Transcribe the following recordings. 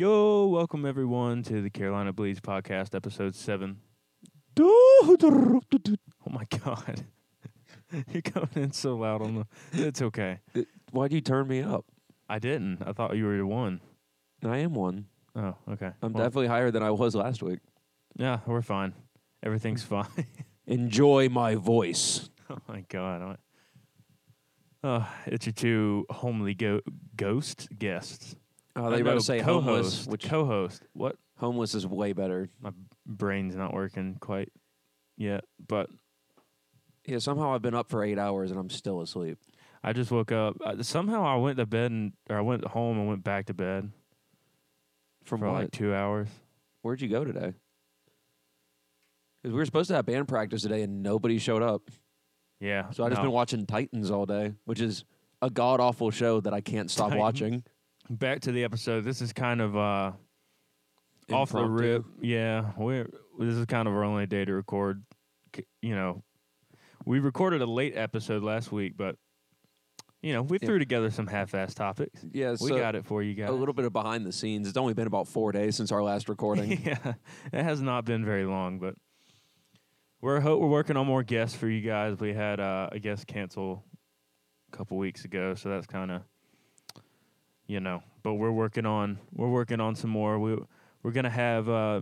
Yo, welcome everyone to the Carolina Bleeds podcast, episode seven. Oh my god, you're coming in so loud on the. It's okay. Why'd you turn me up? I didn't. I thought you were the one. I am one. Oh, okay. I'm Well, definitely higher than I was last week. Yeah, we're fine. Everything's fine. Enjoy my voice. oh my god. I- Oh, it's your two homely go- ghost guests. Uh, Oh, they were no, about to say homeless, co-host, which co-host? What? homeless is way better. My brain's not working quite yet, but Yeah, somehow I've been up for eight hours and I'm still asleep. I just woke up. Uh, somehow I went to bed and or I went home and went back to bed From for what? like two hours. Where'd you go today? Because we were supposed to have band practice today and nobody showed up. Yeah. So I just no. been watching Titans all day, which is a god awful show that I can't stop Titans. watching. back to the episode. This is kind of uh off the Impromptu. rip. Yeah, we this is kind of our only day to record. c- You know, we recorded a late episode last week, but you know we Yeah. threw together some half-ass topics. Yeah, We so got it for you guys. a little bit of behind the scenes. It's only been about four days since our last recording. yeah, it has not been very long, but we're ho- we're working on more guests for you guys. We had uh, a guest cancel a couple weeks ago, so that's kind of you know. But we're working on we're working on some more. We we're gonna have uh,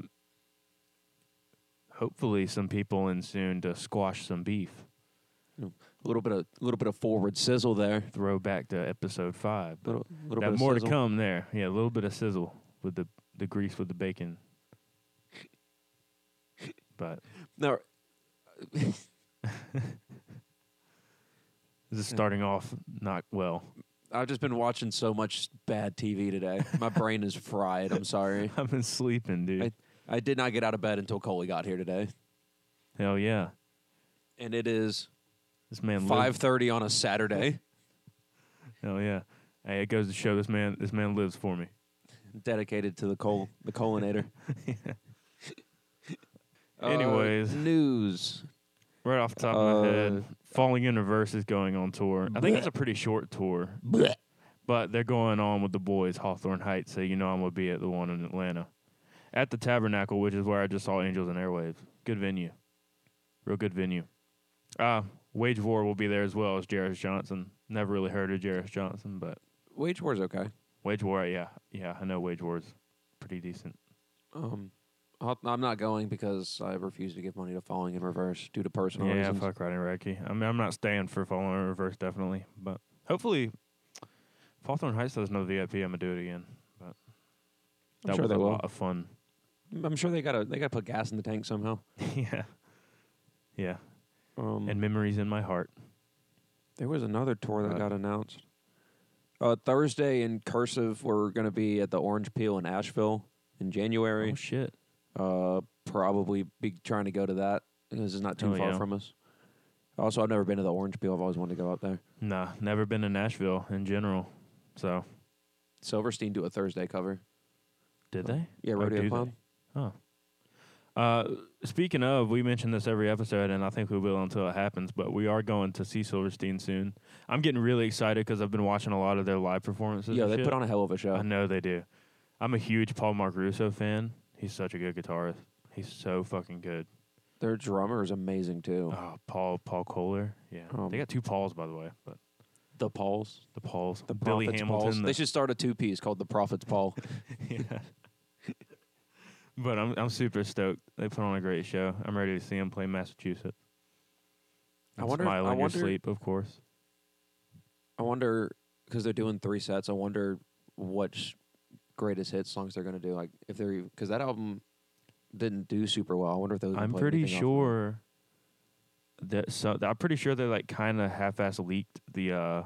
hopefully some people in soon to squash some beef. A little bit of little bit of forward sizzle there. Throw back to episode five. Little, little Got bit more of sizzle. to come there. Yeah, a little bit of sizzle with the the grease with the bacon. But No, This is starting off not well. I've just been watching so much bad TV today. My brain is fried. I'm sorry. I've been sleeping, dude. I, I did not get out of bed until Coley got here today, Hell yeah. and it is This man five lives. thirty on a Saturday. Hell yeah. Hey, it goes to show this man this man lives for me. Dedicated to the coal, the colinator. Uh, Anyways. news. Right off the top of my head, Uh, Falling in Reverse is going on tour. I think it's a pretty short tour, but they're going on with the boys Hawthorne Heights, so you know I'm gonna be at the one in Atlanta, at the Tabernacle, which is where I just saw Angels and Airwaves. Good venue, real good venue. Uh, Wage War will be there as well as Jarris Johnson. Never really heard of Jarris Johnson, but Wage war's okay. Wage War, yeah, yeah, I know Wage War's pretty decent. Um, I'll- I'm not going because I refuse to give money to Falling in Reverse due to personal yeah, reasons. fuck Rodney Radke. I mean, I'm not staying for Fallen in Reverse definitely, but hopefully, Hawthorne Heights does no VIP. I'm gonna do it again. But that sure was they a will. lot of fun. I'm sure they gotta they gotta put gas in the tank somehow. yeah, yeah, Um, and memories in my heart. There was another tour that Uh, got announced. Uh, Thursday in cursive, we're going to be at the Orange Peel in Asheville in January. Oh shit! uh, probably be trying to go to that because it's not too Oh, far yeah. from us. Also, I've never been to the Orange Peel. I've always wanted to go up there. Nah, never been to Nashville in general. So Silverstein do a Thursday cover. did they? Yeah, Oh, Rodeo do they? Clown. Oh. Uh, speaking of, we mention this every episode, and I think we will until it happens. But we are going to see Silverstein soon. I'm getting really excited because I've been watching a lot of their live performances. Yeah, and they shit. put on uh, a hell of a I show. know they do. I'm a huge Paul Mark Russo fan. He's such a good guitarist. He's so fucking good. Their drummer is amazing too. Oh, Paul Paul Kohler. Yeah, Um, they got two Pauls by the way, but The Pauls, the Pauls, the Billy Prophets Pauls. Hamilton. They should start a two piece called the Prophets Paul. the- yeah. but I'm I'm super stoked. They put on a great show. I'm ready to see them play Massachusetts. I And wonder if- Smile I in your wonder- sleep, of course. I wonder because they're doing three sets. I wonder what sh- greatest hits songs they're gonna do. Like if they're because that album didn't do super well. I wonder if they. I'm pretty sure that so I'm pretty sure they like kind of half-ass leaked the uh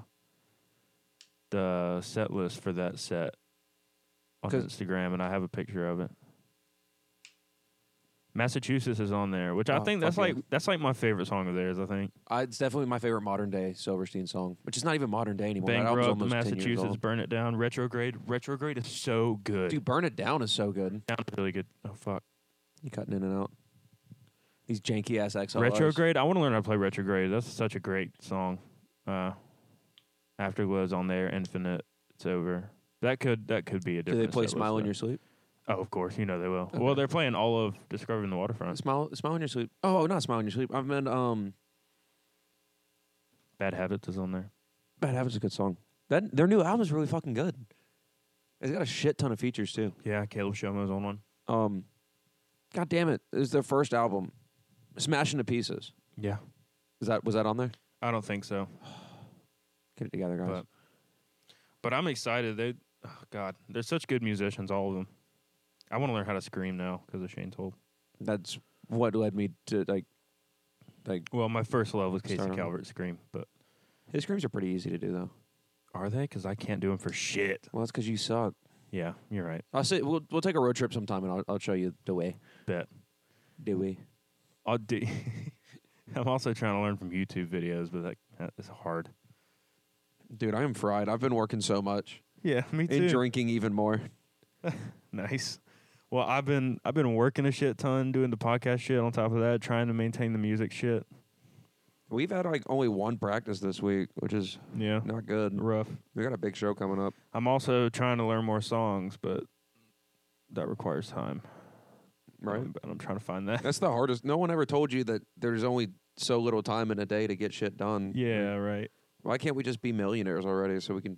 the set list for that set on 'Cause- Instagram, and I have a picture of it. Massachusetts is on there, which I Oh, think that's fuck yeah. like that's like my favorite song of theirs. I think I, it's definitely my favorite modern day Silverstein song, which is not even modern day anymore. that album's "Bankrupt," almost ten years Massachusetts, old. "Burn It Down," "Retrograde." "Retrograde" is so good. Dude, "Burn It Down" is so good. Down is really good. Oh fuck, You cutting in and out. These janky ass XLRs. "Retrograde." I want to learn how to play "Retrograde." That's such a great song. Uh, Afterglow's on there. "Infinite." It's over. That could that could be a Do different. they play set list, Smile in though. Your Sleep? Oh, of course, you know they will. Okay. Well, they're playing all of Discovering the Waterfront. Smile, Smile in Your Sleep. Oh, not Smile in Your Sleep. I meant um, Bad Habits is on there. Bad Habits is a good song. That their new album's really fucking good. It's got a shit ton of features too. Yeah, Caleb Shomo's on one. Um, God damn it! It was their first album, Smashing to Pieces. Yeah, Is that was that on there? I don't think so, Get it together, guys. but but I'm excited. They, oh God, they're such good musicians, all of them. I want to learn how to scream now because of Shane Told. That's what led me to like, like Well, my first love was Casey Start on- Calvert scream, but his screams are pretty easy to do though. are they? Because I can't do them for shit. Well, that's because you suck. Yeah, you're right. I'll say we'll we'll take a road trip sometime and I'll, I'll show you the way. Bet. Do we? I'll do. I'm also trying to learn from YouTube videos, but that, that is hard. Dude, I am fried. I've been working so much Yeah, me and drinking even more. Nice. Well, I've been I've been working a shit ton, doing the podcast shit on top of that, trying to maintain the music shit. We've had like only one practice this week, which is Yeah. not good. Rough. We got a big show coming up. I'm also trying to learn more songs, but that requires time. Right. And I'm trying to find that. That's the hardest. No one ever told you that there's only so little time in a day to get shit done. yeah, right. Why can't we just be millionaires already so we can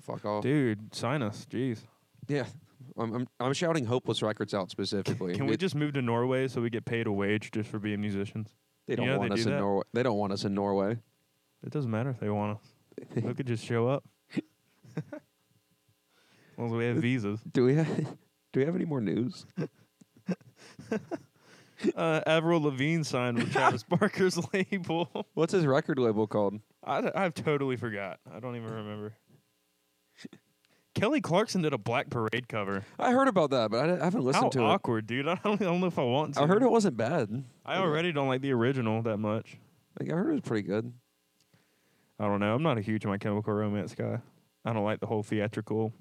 fuck off? Dude, sign us. Jeez. Yeah. I'm, I'm I'm shouting hopeless records out specifically. Can we It- just move to Norway so we get paid a wage just for being musicians? They don't you know want they us do in that? Norway. They don't want us in Norway. It doesn't matter if they want us. they could just show up. as long as we have visas. Do we have Do we have any more news? Uh, Avril Lavigne signed with Travis Barker's label. What's his record label called? I, I've totally forgot. I don't even remember. Kelly Clarkson did a Black Parade cover. I heard about that, but I, di- I haven't listened How to awkward, dude! I don't, I don't know if I want it. to. I heard it wasn't bad. I already don't like the original that much. Like I heard it was pretty good. I don't know. I'm not a huge My Chemical Romance guy. I don't like the whole theatrical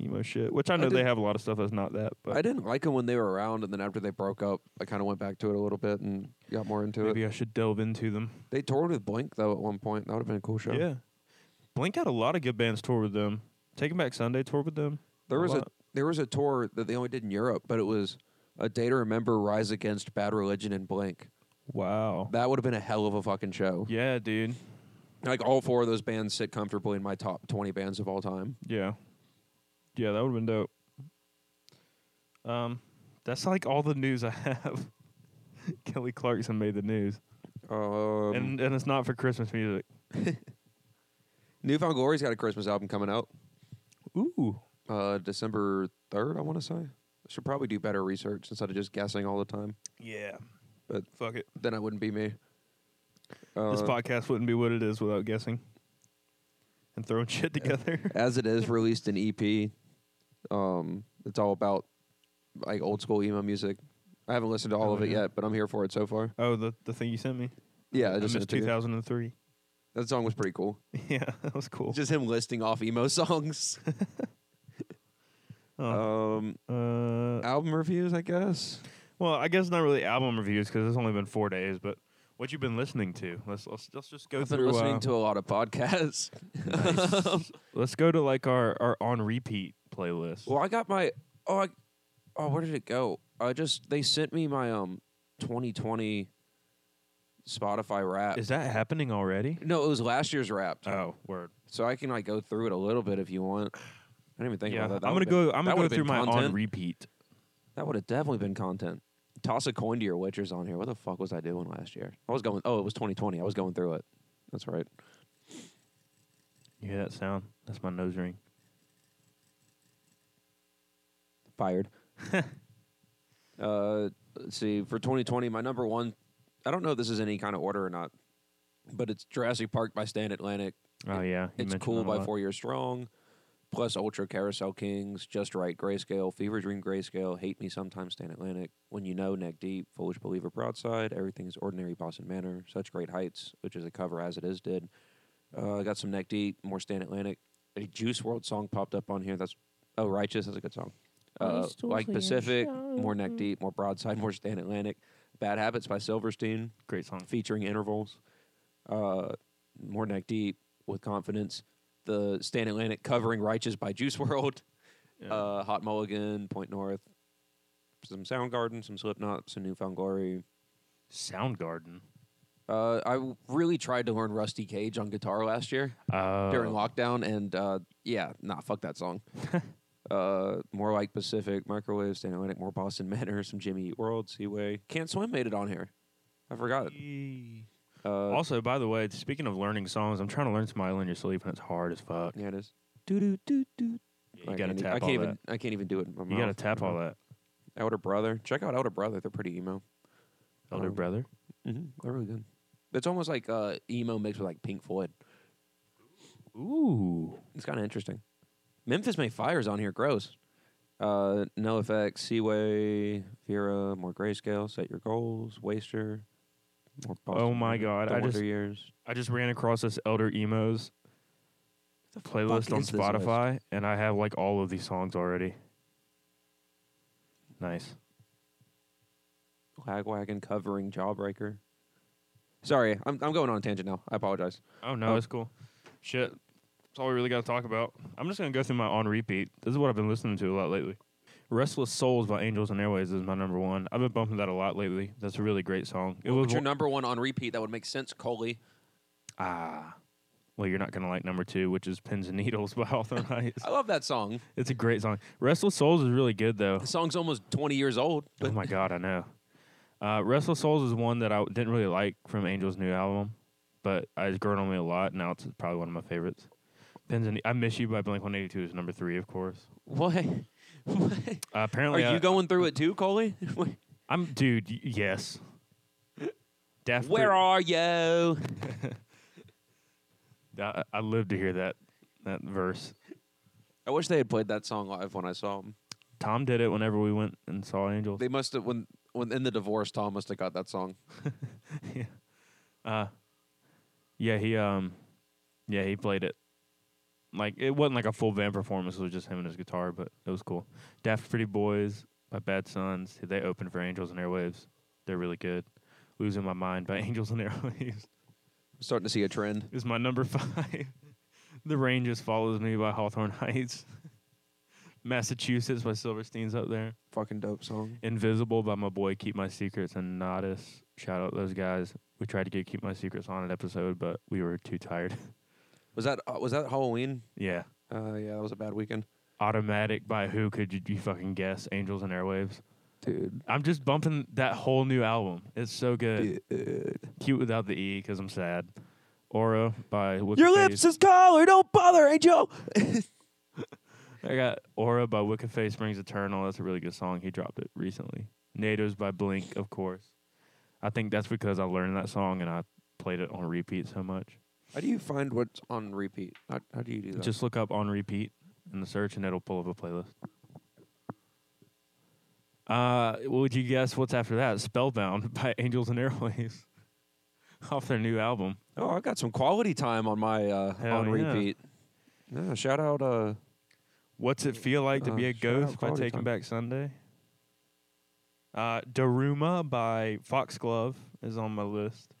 emo shit. Which I know they did- have a lot of stuff that's not that, but I didn't like them when they were around, and then after they broke up, I kind of went back to it a little bit and got more into maybe it. I should delve into them. They toured with Blink though at one point. That would have been a cool show. Yeah, Blink had a lot of good bands tour with them. Taking Back Sunday tour with them. there A was a lot. there was a tour that they only did in Europe, but it was a Day to Remember, Rise Against, Bad Religion, and Blink. Wow. That would have been a hell of a fucking show. Yeah, dude. Like all four of those bands sit comfortably in my top twenty bands of all time. Yeah. Yeah, that would have been dope. Um, that's like all the news I have. Kelly Clarkson made the news, Um, and and it's not for Christmas music. Newfound Glory's got a Christmas album coming out Ooh, uh, December third. I want to say. I should probably do better research instead of just guessing all the time. yeah. But- fuck it, Then I wouldn't be me. Uh, this podcast wouldn't be what it is without guessing and throwing shit together. as it is released an EP. Um, it's all about like old school emo music. I haven't listened to all Oh, of it yeah. yet, but I'm here for it so far. oh, the the thing you sent me. I Yeah, just missed sent it to two you. thousand and three. That song was pretty cool. Yeah, that was cool. Just him listing off emo songs. Uh, um, uh, album reviews, I guess. Well, I guess not really album reviews because it's only been four days. But what you've been listening to? Let's let's, let's just go I've been through. listening uh, to a lot of podcasts. let's go to like our our on repeat playlist. well, I got my oh, I, oh, where did it go? I just they sent me my um 2020 Spotify rap. Is that happening already? no, it was last year's rap. Oh, word. So I can like go through it a little bit if you want. I didn't even think yeah, about that. That I'm gonna would've go. been- I'm that gonna go would've through been my on content. repeat. That would have definitely been content. Toss a coin to your witchers on here. What the fuck was I doing last year? I was going. Oh, it was 2020. I was going through it. That's right. You hear that sound? That's my nose ring. Fired. uh, let's see. For 2020, my number one. I don't know if this is any kind of order or not, but it's Jurassic Park by Stan Atlantic. Oh yeah, you it's mentioned cool that a by lot. Four Year Strong, plus Ultra Carousel Kings, Just Right Grayscale, Fever Dream Grayscale, Hate Me Sometimes Stan Atlantic, When You Know Neck Deep, Foolish Believer Broadside, Everything's Ordinary Boston Manor, Such Great Heights, which is a cover as it is did. Uh, I got some Neck Deep, more Stan Atlantic. A Juice World song popped up on here. That's oh Righteous. That's a good song. Oh, Uh, Righteous like and Pacific, more Neck Shout. Deep, more Broadside, more Stan Atlantic. Bad Habits by Silverstein Great song. featuring intervals, uh, more neck deep with confidence. the Stan Atlantic covering Righteous by Juice World, Yeah. uh, Hot Mulligan, Point North, some Soundgarden, some Slipknot, some Newfound Glory. Soundgarden. Uh, I w- really tried to learn Rusty Cage on guitar last year Uh, during lockdown, and uh, yeah, nah, fuck that song. uh, more like Pacific, Microwave, Stan Atlantic, more Boston Manor, some Jimmy Eat World, Seaway. Can't Swim made it on here. I forgot. Yee. Uh, Also, by the way, speaking of learning songs, I'm trying to learn "Smile in Your Sleep" and it's hard as fuck. yeah, it is. Do do do do. You gotta tap I can't all even. that. I can't even do it. In my You mouth. gotta tap all that. Elder Brother. Check out Elder Brother. They're pretty emo. Elder Um, brother. Mm-hmm. They're really good. It's almost like uh, emo mixed with like Pink Floyd. Ooh. It's kind of interesting. Memphis May Fire's on here. Gross. Uh, no effects. Seaway, Vera, more grayscale. Set your goals. Waster. More Oh my Boston, God, I The Wonder just- years. I just ran across this Elder Emos playlist fuck on is this list? Spotify, and I have like all of these songs already. Nice. Lagwagon covering Jawbreaker. Sorry, I'm I'm going on a tangent now. I apologize. Oh no, Oh. it's cool. Shit, that's all we really got to talk about. I'm just gonna go through my on repeat. This is what I've been listening to a lot lately. Restless Souls by Angels and Airways is my number one. I've been bumping that a lot lately. That's a really great song. It What's was your one- number one on repeat? That would make sense, Coley. ah. Well, you're not gonna like number two, which is Pins and Needles by Hawthorne Heights. I love that song. It's a great song. Restless Souls is really good though. The song's almost 20 years old. Oh But my god, I know. Uh, Restless Souls is one that I didn't really like from Angel's new album, but it's grown on me a lot. Now it's probably one of my favorites. Pins and I Miss You by Blink 182 is number three, of course. what? what? Uh, Are apparently, I, you going through it too, Coley? I'm dude. y- Yes. Death. Where are you? I, I live to hear that that verse. I wish they had played that song live when I saw them. Tom did it whenever we went and saw Angels. They must have when when in the divorce. Tom must have got that song. yeah. Uh, yeah. He um, yeah. He played it. Like it wasn't like a full band performance. It was just him and his guitar, but it was cool. Daft Pretty Boys by Bad Sons. They opened for Angels and Airwaves. They're really good. Losing My Mind by Angels and Airwaves. I'm starting to see a trend. is my number five. the Ranges Follows Me by Hawthorne Heights. Massachusetts by Silverstein's up there. Fucking dope song. Invisible by my boy Keep My Secrets and Nodis. Shout out those guys. We tried to get Keep My Secrets on an episode, but we were too tired. Was that uh, was that Halloween? yeah. Uh, yeah, that was a bad weekend, Automatic by who could you, you fucking guess? Angels and Airwaves. dude. I'm just bumping that whole new album. It's so good. dude. Cute without the E because I'm sad. Aura by Wicked Your Face. lips is color. Don't bother, Angel. I got Aura by Wicked Face Brings Eternal. That's a really good song. He dropped it recently. Natives by Blink, of course. I think that's because I learned that song and I played it on repeat so much. How do you find what's on repeat? How, how do you do that? Just look up on repeat in the search and it'll pull up a playlist. Uh, would you guess what's after that? Spellbound by Angels and Airways off their new album. oh, I got some quality time on my uh, Hell on yeah. repeat. Yeah, shout out. Uh, What's it feel like to Uh, be a shout out ghost by Quality Taking Time. Back Sunday? Uh, Daruma by Foxglove is on my list.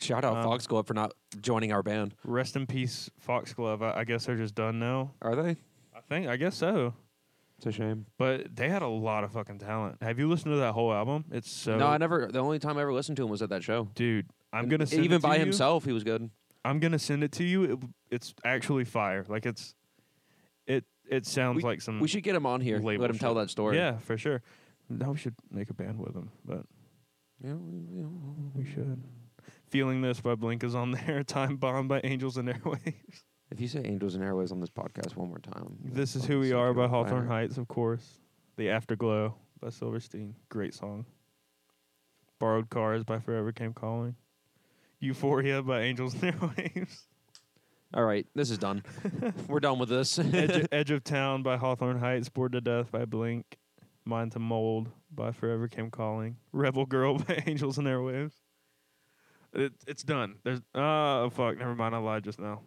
shout out Um, Fox Club for not joining our band. Rest in peace, Foxglove. I, I guess they're just done now. Are they? I think. I guess so. It's a shame. But they had a lot of fucking talent. Have you listened to that whole album? It's so. no, I never. The only time I ever listened to him was at that show. Dude, I'm And gonna send even it to by you. himself, he was good. I'm gonna send it to you. It, it's actually fire. Like it's, it it sounds like some. We should get him on here. Mm. label Let him tell shit. that story. Yeah, for sure. Now we should make a band with them, but Yeah, we- we- we should. Feeling this by Blink is on there. Time bomb by Angels and Airwaves. If you say Angels and Airways on this podcast one more time, This is who we are by Hawthorne High. Heights, of course. The Afterglow by Silverstein, great song. Borrowed Cars by Forever Came Calling. Euphoria by Angels and Airwaves. All right, this is done. We're done with this. Edge, Edge of Town by Hawthorne Heights. Bored to Death by Blink. Mind to Mold by Forever Came Calling. Rebel Girl by Angels and Airwaves. It, it's done. There's oh fuck, never mind. I lied just now.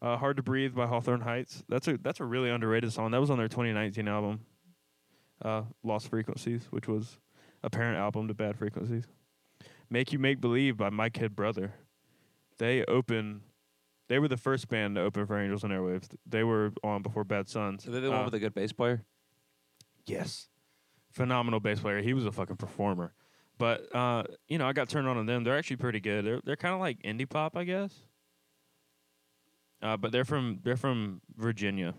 Uh, Hard to Breathe by Hawthorne Heights. That's a that's a really underrated song. That was on their 2019 album, uh, Lost Frequencies, which was a parent album to Bad Frequencies. Make You Make Believe by My Kid Brother. They open They were the first band to open for Angels and Airwaves. They were on before Bad Sons. So they're the one Uh, with a good bass player. Yes. Phenomenal bass player. He was a fucking performer. But uh, you know, I got turned on to them. They're actually pretty good. They're they're kind of like indie pop, I guess. Uh, but they're from they're from Virginia.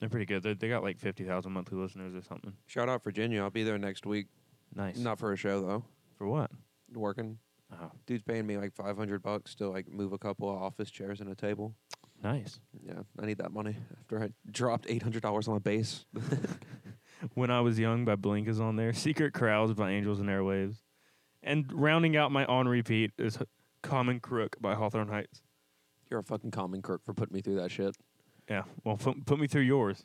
They're pretty good. They they got like fifty thousand monthly listeners or something. Shout out Virginia. I'll be there next week. Nice. Not for a show though. for what? Working. Oh, Dude's paying me like five hundred bucks to like move a couple of office chairs and a table. nice. Yeah, I need that money after I dropped eight hundred dollars on my bass. When I was young by Blink is on there. Secret Crowds by Angels and Airwaves. And rounding out my on repeat is Common Crook by Hawthorne Heights. You're a fucking common crook for putting me through that shit. Yeah. Well, put, put me through yours.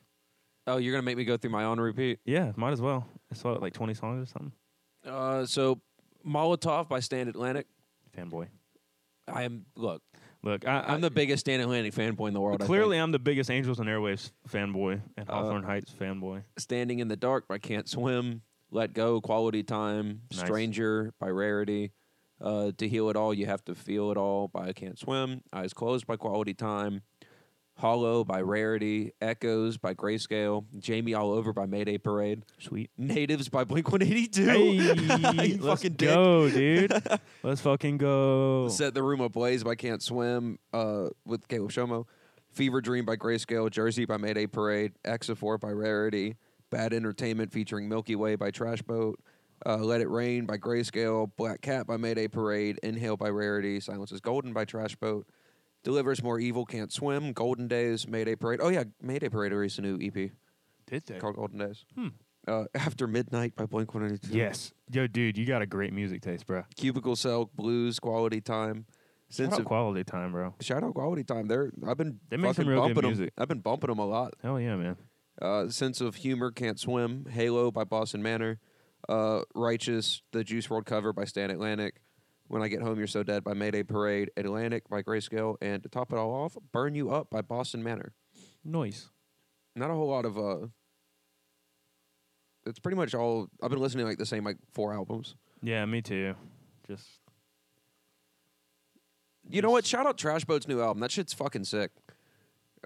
Oh, you're gonna make me go through my own repeat. Yeah, might as well. I saw it like 20 songs or something. Uh, so Molotov by Stan Atlantic. Fanboy. I am look. Look, I, I'm the biggest Stan Atlantic fanboy in the world. I think. Uh, clearly I'm the biggest Angels and Airwaves fanboy and Hawthorne Heights fanboy. Standing in the Dark by Can't Swim, Let Go, Quality Time, Nice. Stranger by Rarity, uh, To Heal It All, You Have to Feel It All by Can't Swim, Eyes Closed by Quality Time, Hollow by Rarity, Echoes by Grayscale, Jamie All Over by Mayday Parade, Sweet. Natives by Blink 182. Hey, you let's fucking dick. go, dude. let's fucking go. Set the Room Ablaze by Can't Swim uh, with Caleb Shomo. Fever Dream by Grayscale. Jersey by Mayday Parade. Exaphor by Rarity. Bad Entertainment featuring Milky Way by Trash Boat. Uh, Let It Rain by Grayscale. Black Cat by Mayday Parade. Inhale by Rarity. Silence is Golden by Trash Boat. Delivers More Evil Can't Swim. Golden Days. Mayday Parade. Oh, yeah. Mayday Parade released a new EP Did they? called Golden Days. Uh, After Midnight by Blink 182. Hmm. Yes. Yo, dude, you got a great music taste, bro. Cubicle Cell. Blues. Quality Time. Shout Sense out of quality time, bro. Shout out Quality Time. They're I've been They make some fucking real good bumping 'em. music. I've been bumping them a lot. Hell yeah, man. Uh, Sense of Humor Can't Swim, Halo by Boston Manor, uh, Righteous, the Juice World cover by Stan Atlantic, When I Get Home You're So Dead by Mayday Parade, Atlantic by Grayscale, and to top it all off, Burn You Up by Boston Manor. Noise. Not a whole lot of uh it's pretty much all I've been listening to like the same like four albums. Yeah, me too. Just You know what? Shout out Trash Boat's new album. That shit's fucking sick.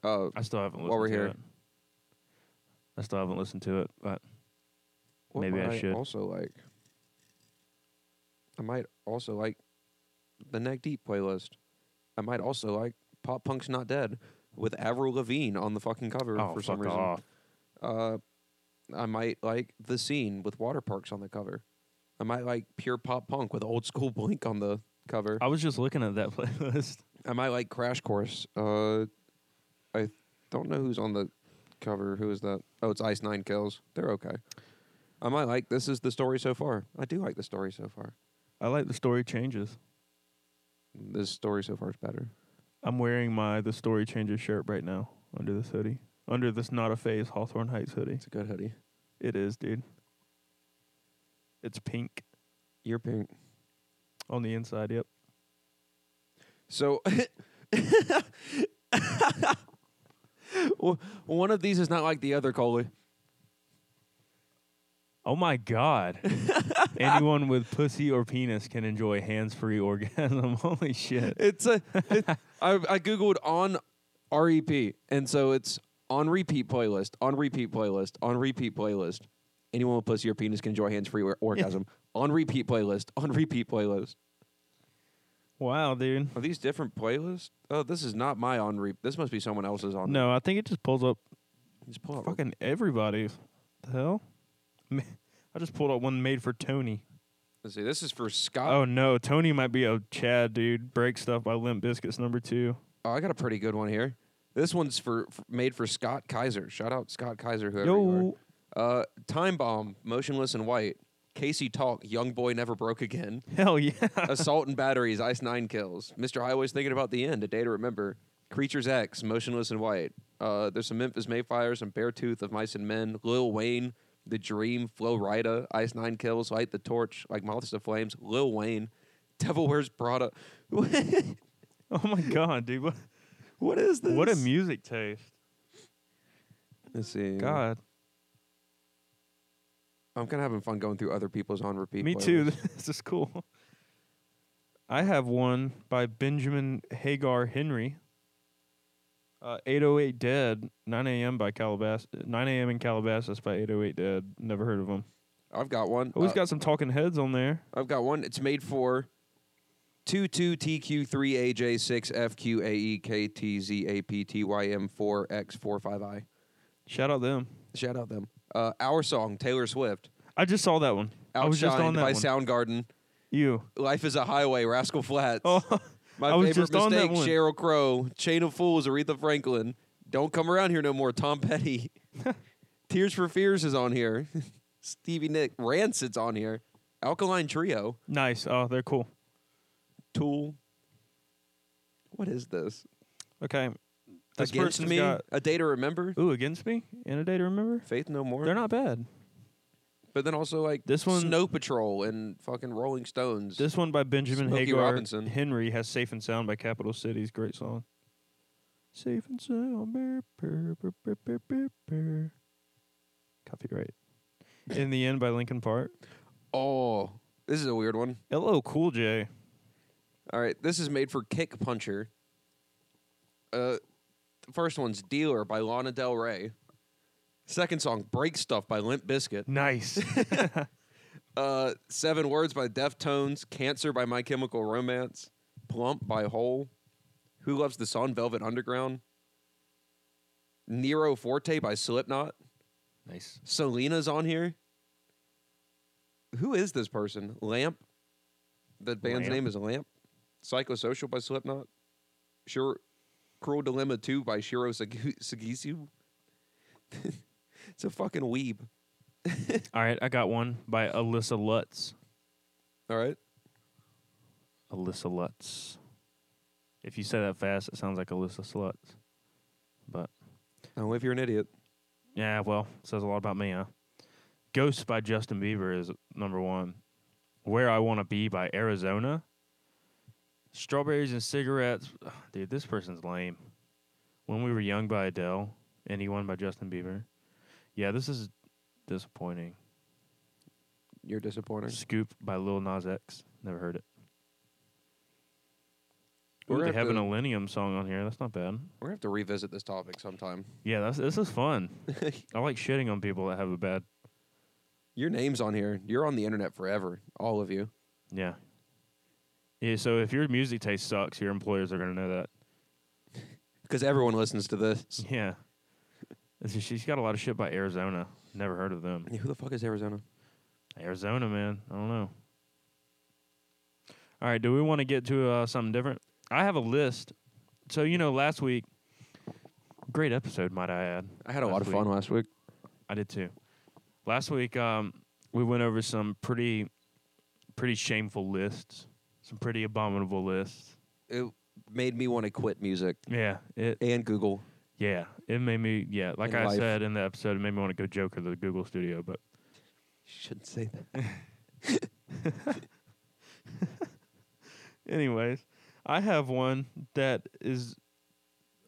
Uh, I still haven't listened While we're to here. it. I still haven't listened to it, but What Maybe I might should. Also, like, I might also like the Neck Deep playlist. I might also like Pop Punk's Not Dead with Avril Lavigne on the fucking cover oh, for fuck some reason. off. Uh, I might like The Scene with Water Parks on the cover. I might like Pure Pop Punk with Old School Blink on the cover. I was just looking at that playlist. I might like Crash Course. Uh, I don't know who's on the cover. Who is that? Oh, it's Ice Nine Kills. They're okay. I might like This Is the Story So Far. I do like the story so far. I like the story changes. This story so far is better. I'm wearing my the story changes shirt right now under this hoodie. Under this not a phase Hawthorne Heights hoodie. It's a good hoodie. It is, dude. It's pink You're pink. on the inside, yep. So, Well, one of these is not like the other, Coley. Oh my god. Anyone with pussy or penis can enjoy hands-free orgasm. Holy shit. It's a. It, I, I googled on REP, and so it's on repeat playlist, on repeat playlist, on repeat playlist. Anyone with pussy or penis can enjoy hands free or- orgasm. on repeat playlist, on repeat playlist. Wow, dude. Are these different playlists? Oh, this is not my on repeat. This must be someone else's on. No, I think it just pulls up just pull it. fucking everybody. The hell? Ma- I just pulled up one made for Tony. Let's see. This is for Scott. Oh no, Tony might be a Chad dude. Break stuff by Limp Biscuits number two. Oh, I got a pretty good one here. This one's for, f made for Scott Kaiser. Shout out Scott Kaiser, whoever you Yo, are. Uh, Time Bomb, Motionless and White. Casey Talk, Young Boy Never Broke Again. hell yeah. Assault and Batteries, Ice Nine Kills. Mr. Highway's Thinking About the End, A Day to Remember. Creatures X, Motionless and White. Uh, there's some Memphis Mayfire, some Beartooth of Mice and Men. Lil Wayne, The Dream, Flo Rida, Ice Nine Kills, Light the Torch, Like Moths to Flames. Lil Wayne, Devil Wears Prada. what Oh my god, dude. What, is this? what a music taste. Let's see. God. I'm kind of having fun going through other people's on repeat. Me too. This is cool. I have one by Benjamin Hagar Henry. Uh, 808 Dead, 9 a.m. by Calabas, 9 a.m. in Calabasas by 808 Dead. Never heard of them. I've got one. Always Uh, got some talking heads on there. I've got one. It's made for E 22TQ3AJ6FQAEKTZAPTYM4X45I. Shout out them. Shout out them. Uh, our song, Taylor Swift. I just saw that one. I was just Outshined on that by one. Soundgarden. you. Life is a Highway, Rascal Flats. Oh, My I was favorite just on that mistake, one. Cheryl Crow. Chain of Fools, Aretha Franklin. Don't come around here no more, Tom Petty. Tears for Fears is on here. Stevie Nick Rancid's on here. Alkaline Trio. nice. Oh, they're cool. Tool. What is this? Okay. This Against person's me, got- a day to remember. ooh, against me in a day to remember. Faith no more. They're not bad. But then also like This one- Snow Patrol and fucking Rolling Stones. This one by Benjamin Smokey Hagar Robinson. Henry has "Safe and Sound" by Capital Cities. Great song. Safe and sound. brr, brr, brr, brr, brr, brr, brr. Copyright. In the end by Lincoln Park. oh, this is a weird one. LL Cool J. All right, this is made for Kick Puncher. Uh, the first one's Dealer by Lana Del Rey. Second song, Break Stuff by Limp Bizkit. Nice. Uh, Seven Words by Deftones. Cancer by My Chemical Romance. Plump by Hole. Who Loves the Sun? Velvet Underground. Nero Forte by Slipknot. nice. Selena's on here. Who is this person? Lamp. The band's Lamp. name is Lamp. Psychosocial by Slipknot. Sure. Cruel Dilemma 2 by Shiro Sagi- Sagisu. it's a fucking weeb. All right, I got one by Alyssa Lutz. All right. Alyssa Lutz. If you say that fast, it sounds like Alyssa Sluts. But Now, if you're an idiot, yeah, well, says a lot about me, huh? Ghost by Justin Bieber is number one. Where I Wanna Be by Arizona. Strawberries and Cigarettes. Ugh, Dude, this person's lame. When We Were Young by Adele. Anyone by Justin Bieber. Yeah, this is disappointing. you're disappointing. Scoop by Lil Nas X. Never heard it. We're Ooh, gonna they have have an to- Millennium song on here. That's not bad. We're going to have to revisit this topic sometime. Yeah, that's, this is fun. I like shitting on people that have a bad. Your name's on here. You're on the internet forever, all of you. Yeah. Yeah, so if your music taste sucks, your employers are going to know that. Because everyone listens to this. Yeah. It's just- she's got a lot of shit by Arizona. Never heard of them. Who the fuck is Arizona? Arizona, man. I don't know. All right, do we want to get to uh, something different? I have a list. So, you know, last week, great episode, might I add. I had a Last lot of week. fun last week. I did too. Last week, um, we went over some pretty, pretty shameful lists, some pretty abominable lists. It made me want to quit music Yeah, it. and Google. Yeah, it made me. Yeah, like In I life. said in the episode, it made me want to go Joker to the Google studio. But Shouldn't say that. anyways, I have one that is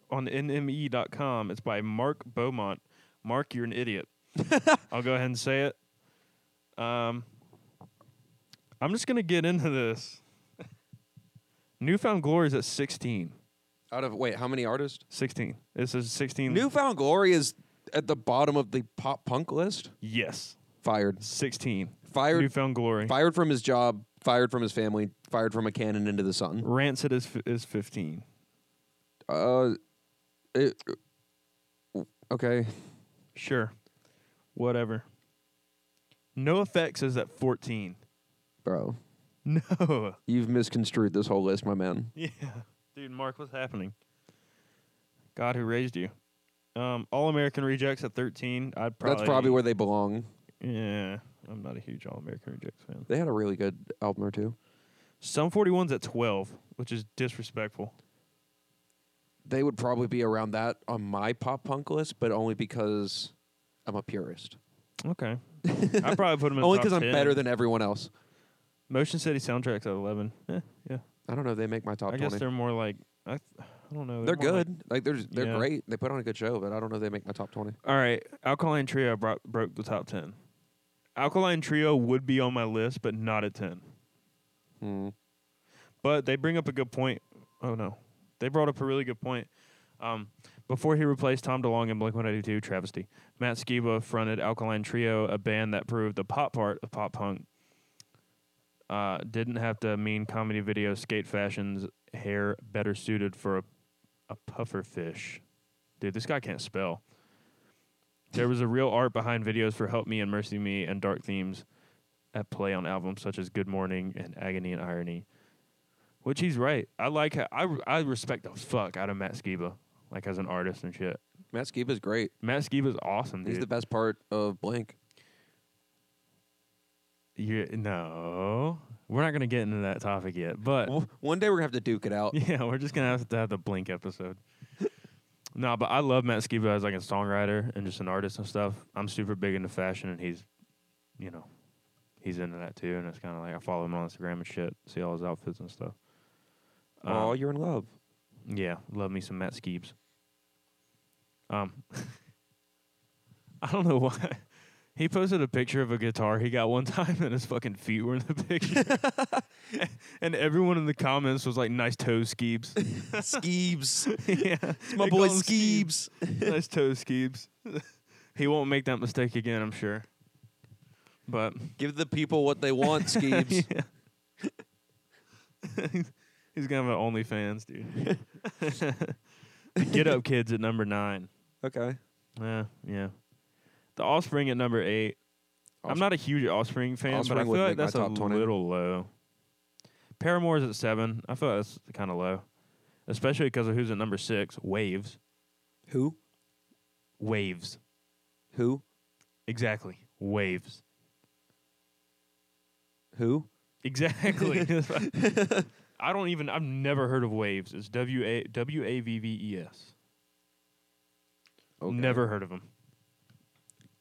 on nme.com. It's by Mark Beaumont. Mark, you're an idiot. I'll go ahead and say it. Um, I'm just gonna get into this. Newfound Glory is at 16. Out of wait, how many artists? 16. This is Mm. 16. Newfound Glory is at the bottom of the pop punk list. yes, Fired, 16. fired, Newfound Glory. fired from his job, fired from his family, fired from a cannon into the sun. Rancid is f- is 15. Uh, it, okay. Sure. Whatever. No effects is at 14. Bro, No. you've misconstrued this whole list, my man. Yeah. Dude, Mark, what's happening? God who raised you. Um, All American Rejects at 13. I'd probably. That's probably where they belong. Yeah. I'm not a huge All American Rejects fan. They had a really good album or two. Some 41's at 12, which is disrespectful. They would probably be around that on my pop punk list, but only because I'm a purist. Okay. I'd probably put them in Only because because I'm better than everyone else. Motion City Soundtrack's at 11. Eh, yeah. I don't know. They make my top I guess twenty. they're more like. I, th- I don't know. They're more like- good. Like, they're they're Yeah. great. They put on a good show, but I don't know if they make my top twenty. All right, Alkaline Trio bro- broke the top ten. Alkaline Trio would be on my list, but not at ten. Hmm. But they bring up a good point. Oh no, they brought up a really good point. Um, Before he replaced Tom DeLonge in Blink 182, Travesty, Matt Skiba fronted Alkaline Trio, a band that proved the pop part of pop punk uh, didn't have to mean comedy video skate fashions, hair better suited for a, a puffer fish. Dude, this guy can't spell. There was a real art behind videos for Help Me and Mercy Me and dark themes at play on albums such as Good Morning and Agony and Irony. Which he's right. I like. How, I I respect the fuck out of Matt Skiba, like as an artist and shit. Matt Skiba is great. Matt Skiba's awesome, dude. He's the best part of Blink. You're, no, we're not gonna get into that topic yet. But W- One day we're gonna have to duke it out. Uh, yeah, we're just gonna have to have the Blink episode. no, but I love Matt Skiba as like a songwriter and just an artist and stuff. I'm super big into fashion, and he's, you know, he's into that too. And it's kind of like I follow him on Instagram and shit, see all his outfits and stuff. Um, Oh, you're in love. Yeah, love me some Matt Skeebs. Um, I don't know why. He posted a picture of a guitar he got one time, and his fucking feet were in the picture. and everyone in the comments was like, "Nice toes, Skeebs." Skeebs. yeah, It's my boy Skeebs. nice toes, Skeebs. he won't make that mistake again, I'm sure. But Give the people what they want, Skeebs. yeah. he's gonna have an OnlyFans, dude. Get up, kids, at number nine. Okay. Yeah, yeah. The Offspring at number eight. I'm Offs- not a huge Offspring fan, Offspring but I feel would like make my that's a top 20. little low. Paramore's at seven. I feel like that's kind of low, especially because of who's at number six. Waves. Who? Waves. Who? Exactly. Waves. Who? Exactly. I don't even. I've never heard of Waves. It's W A W A V V E S. Okay. Never heard of them.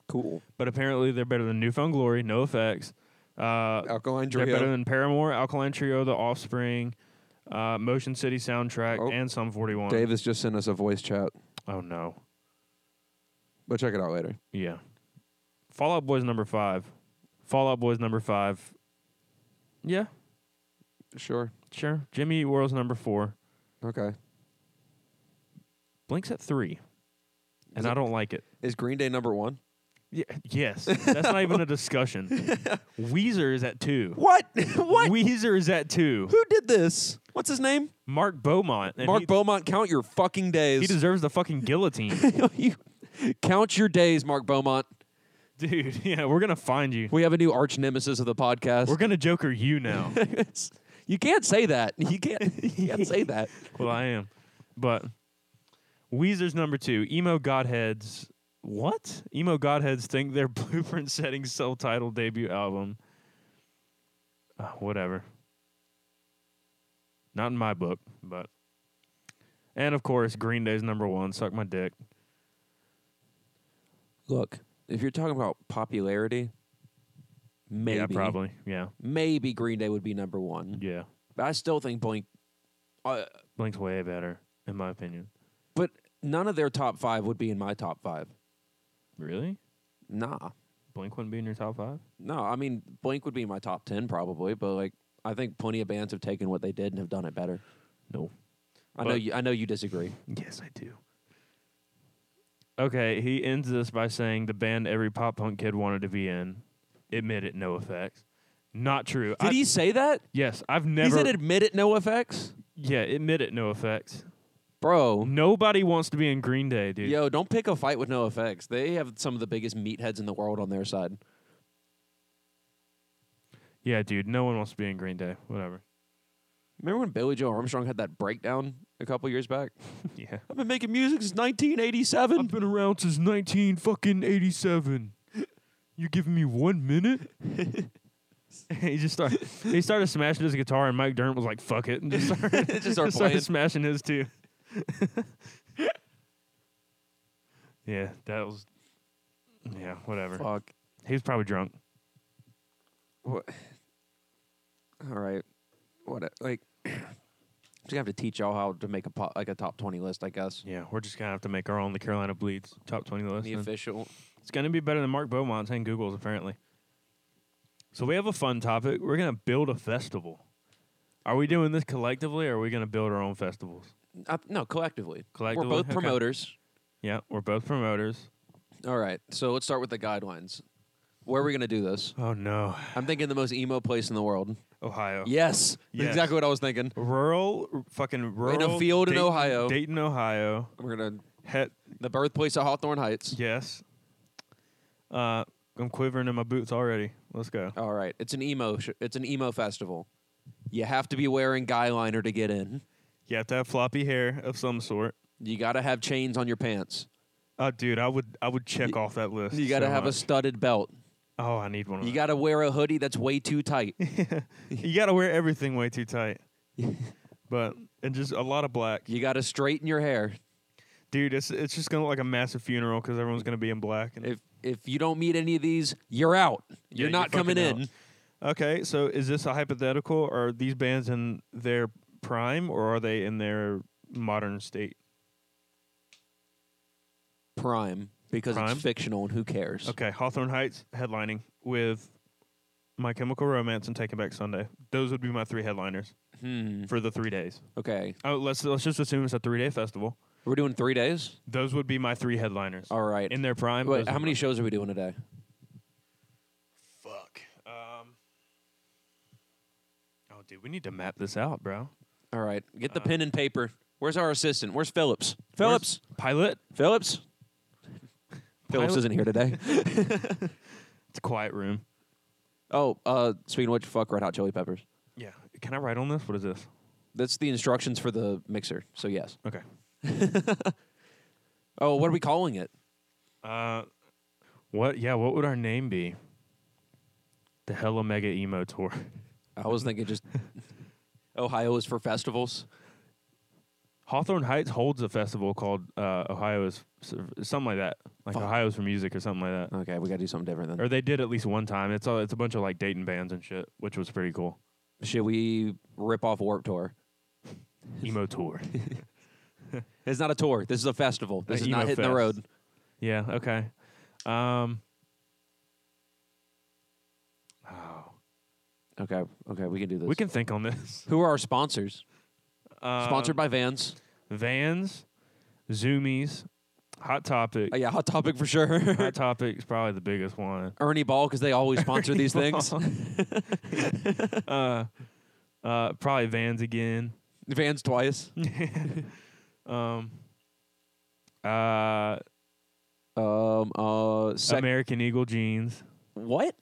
Cool. But apparently they're better than Newfound Glory, No Effects. Uh, Alkaline They're better Trio. than Paramore, Alkaline Trio, The Offspring, uh, Motion City soundtrack, Oh. and Sum 41. Davis just sent us a voice chat. Oh no, We'll check it out later. yeah. Fallout Boys number five. Fallout Boys number five. Yeah, Sure. sure. Jimmy Eat World's number four. Okay. Blink's at three, and Is it- I don't like it. Is Green Day number one? Yeah, yes, that's not even a discussion. Weezer is at two. What? what? Weezer is at two. Who did this? What's his name? Mark Beaumont. and Mark he, Beaumont. Count your fucking days. he deserves the fucking guillotine, You- count your days, Mark Beaumont. dude. Yeah, we're gonna find you. We have a new arch nemesis of the podcast. We're gonna Joker you now. you can't say that. You can't. You can't say that. well, I am, but Weezer's number two. Emo Godheads. What? Emo Godheads think their blueprint setting self titled debut album. Uh, whatever. Not in my book, but. And of course, Green Day's number one. Suck my dick. Look, if you're talking about popularity, maybe Yeah, probably. Yeah, maybe Green Day would be number one. yeah. But I still think Blink. Uh, Blink's way better, in my opinion. but none of their top five would be in my top five. Really? Nah, Blink wouldn't be in your top five? no. I mean, Blink would be in my top ten probably, but like I think plenty of bands have taken what they did and have done it better. No. I know But- you. I know you disagree. Yes, I do. Okay, he ends this by saying the band every pop punk kid wanted to be in. Admit it, no effects. Not true. Did I- he say that? Yes, I've He never. said admit it, no effects, yeah, admit it, no effects. bro. Nobody wants to be in Green Day, dude. Yo, don't pick a fight with no effects. They have some of the biggest meatheads in the world on their side. Yeah, dude, no one wants to be in Green Day. Whatever. Remember when Billy Joe Armstrong had that breakdown a couple years back? yeah. I've been making music since 1987. been around since nineteen fucking eighty seven. You giving me one minute? he just started. He started smashing his guitar, and Mike Durant was like, "Fuck it," and just started, Just start just started playing. smashing his too. yeah, that was. Yeah, whatever. Fuck. He was probably drunk. What? All right. What? a- Like, I'm just gonna have to teach y'all how to make a po- like a top 20 list, I guess. Yeah, we're just gonna have to make our own the Carolina Bleeds top twenty list. The then. official. It's going to be better than Mark Beaumont's and Google's, apparently. So we have a fun topic. We're going to build a festival. Are we doing this collectively, or are we going to build our own festivals? Uh, no, collectively. Collectively, We're both okay. promoters. Yeah, we're both promoters. All right. So let's start with the guidelines. Where are we going to do this? Oh no, I'm thinking the most emo place in the world. Ohio. Yes. Yes. That's exactly what I was thinking. Rural, r- fucking rural. field in Dayton- Ohio. Dayton, Ohio. We're going to Het. the birthplace of Hawthorne Heights. Yes. Uh, I'm quivering in my boots already. Let's go. All right. It's an emo sh- it's an emo festival. You have to be wearing guy liner to get in. You have to have floppy hair of some sort. You got to have chains on your pants. Oh, dude, I would I would check off that list. You got to so have a much. studded belt. Oh, I need one. Of You those. got to wear a hoodie that's way too tight. you got to wear everything way too tight. but and just a lot of black, You got to straighten your hair. dude. It's it's just gonna look like a massive funeral because everyone's gonna be in black. And If if you don't meet any of these, you're out. Yeah, You're you're not coming fucking in. out. okay, so is this a hypothetical? Are these bands in their prime or are they in their modern state? Prime because Prime? it's fictional and who cares? Okay, Hawthorne Heights headlining with My Chemical Romance and Taking Back Sunday. Those would be my three headliners Hmm. for the three days. Okay. Oh, let's let's just assume it's a three day festival. We're doing three days. Those would be my three headliners. All right. In their prime. Wait, those how would many be- shows are we doing today? Fuck. Um. Oh, dude, we need to map this out, bro. All right. Get the pen and paper. Where's our assistant? Where's Phillips? Phillips. Uh, Where's Pilot. Phillips. Phillips Pilot? isn't here today. It's a quiet room. oh, uh, speaking of which, fuck Red Hot Chili Peppers. Yeah. Can I write on this? What is this? That's the instructions for the mixer. So yes. Okay. Oh, what are we calling it? Uh, what? Yeah. What would our name be? The Hella Mega Emo Tour. I was thinking just Ohio is for festivals. Hawthorne Heights holds a festival called uh, Ohio is something like that, like Fuck. Uh. Ohio's for music or something like that. Okay, we gotta do something different then. Or they did at least one time. It's a, it's a bunch of like Dayton bands and shit, which was pretty cool. Should we rip off Warp Tour? Emo tour. It's not a tour. This is a festival. This is not Emo hitting the Uh, Fest. road. Yeah. Okay. Um. Oh, Okay. Okay. We can do this. we can think on this. Who are our sponsors? Uh, Sponsored by Vans. Vans, Zoomies, Hot Topic. Oh, yeah, hot topic for sure. Uh, Hot Topic's probably the biggest one. Ernie Ball because they always sponsor these things. Uh, uh, probably Vans again. Vans twice. Um. Uh, Um. Uh. Sec- American Eagle jeans. what?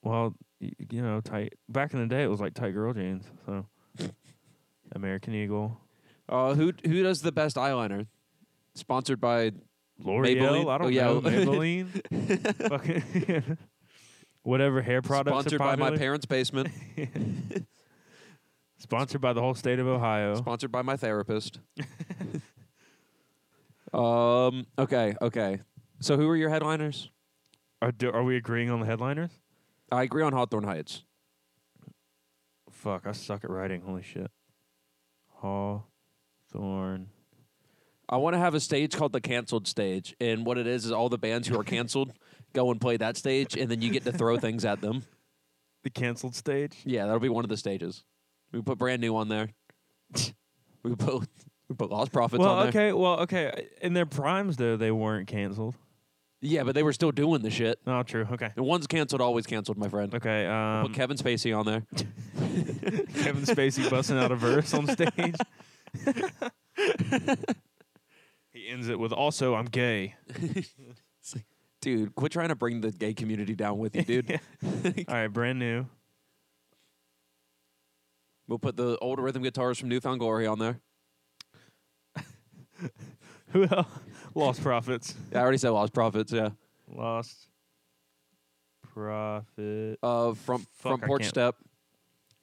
Well, y- you know, tight. Back in the day, it was like tight girl jeans. So, American Eagle, Uh. Who Who does the best eyeliner? Sponsored by. L'Oreal. Maybelline? I don't Oh, yeah. know. Maybelline. Fucking whatever hair products. sponsored are by my popular. parents' basement. Sponsored by the whole state of Ohio. sponsored by my therapist. um. Okay. Okay. So who are your headliners? are, do, are we agreeing on the headliners? I agree on Hawthorne Heights. Fuck, I suck at writing. Holy shit. Hawthorne. I want to have a stage called the canceled stage, and what it is is all the bands who are canceled go and play that stage, and then you get to throw things at them. The canceled stage. Yeah, that'll be one of the stages. We put brand new on there. we put we put lost profits well, on there. okay. Well, okay. In their primes, though, they weren't canceled. Yeah, but they were still doing the shit. No, true. Okay. And once canceled, always canceled, my friend. Okay. Um, put Kevin Spacey on there. Kevin Spacey busting out a verse on stage. he ends it with also I'm gay. Dude, quit trying to bring the gay community down with you, dude. All right, brand new. We'll put the old rhythm guitars from Newfound Glory on there. Who else? Lost Profits. I already said lost profits. Yeah, Lost Profit. uh, from Fuck, front I porch can't- step.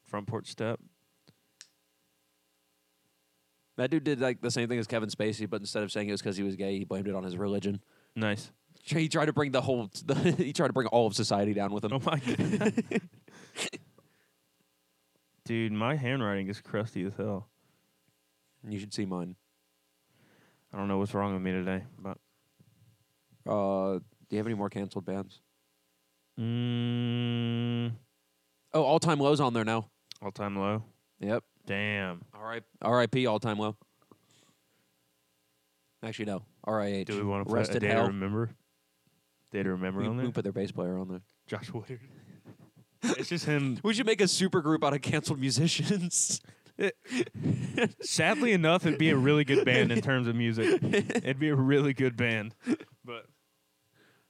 Front porch step. That dude did like the same thing as Kevin Spacey, but instead of saying it was because he was gay, he blamed it on his religion. Nice. Tr- He tried to bring the whole, he tried to bring all of society down with him. Oh my god. Dude, my handwriting is crusty as hell. You should see mine. I don't know what's wrong with me today, but Uh, do you have any more canceled bands? mm, Oh, all time lows on there now. all time low. Yep, Damn. All right. R.I.P. All time low. Actually, no. R.I.H. Do we want to put a Rested day to hell. remember? Day to remember We, on we there. put their bass player on there. Josh Woodard. it's just him. We should make a super group out of canceled musicians. Sadly enough, it'd be a really good band in terms of music. It'd be a really good band. But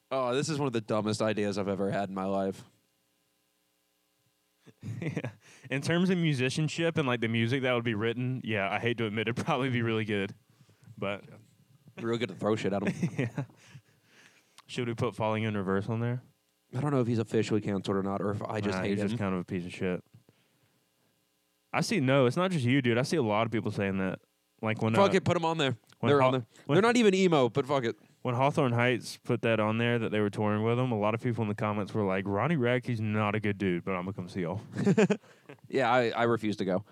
oh, this is one of the dumbest ideas I've ever had in my life. yeah. in terms of musicianship and like the music that would be written, yeah, I hate to admit it'd probably be really good. But Real good to throw shit at him. yeah. Should we put Falling in Reverse on there? I don't know if he's officially canceled or not, or if I just Nah, hate he's him. just kind of a piece of shit. I see no, it's not just you, dude. I see a lot of people saying that. Like when Fuck uh, it, put them on there. when They're Haw- on there. when- They're not even emo, but fuck it. when Hawthorne Heights put that on there that they were touring with him, a lot of people in the comments were like, Ronnie Radke's not a good dude, but I'm gonna come see y'all. Yeah, I, I refuse to go.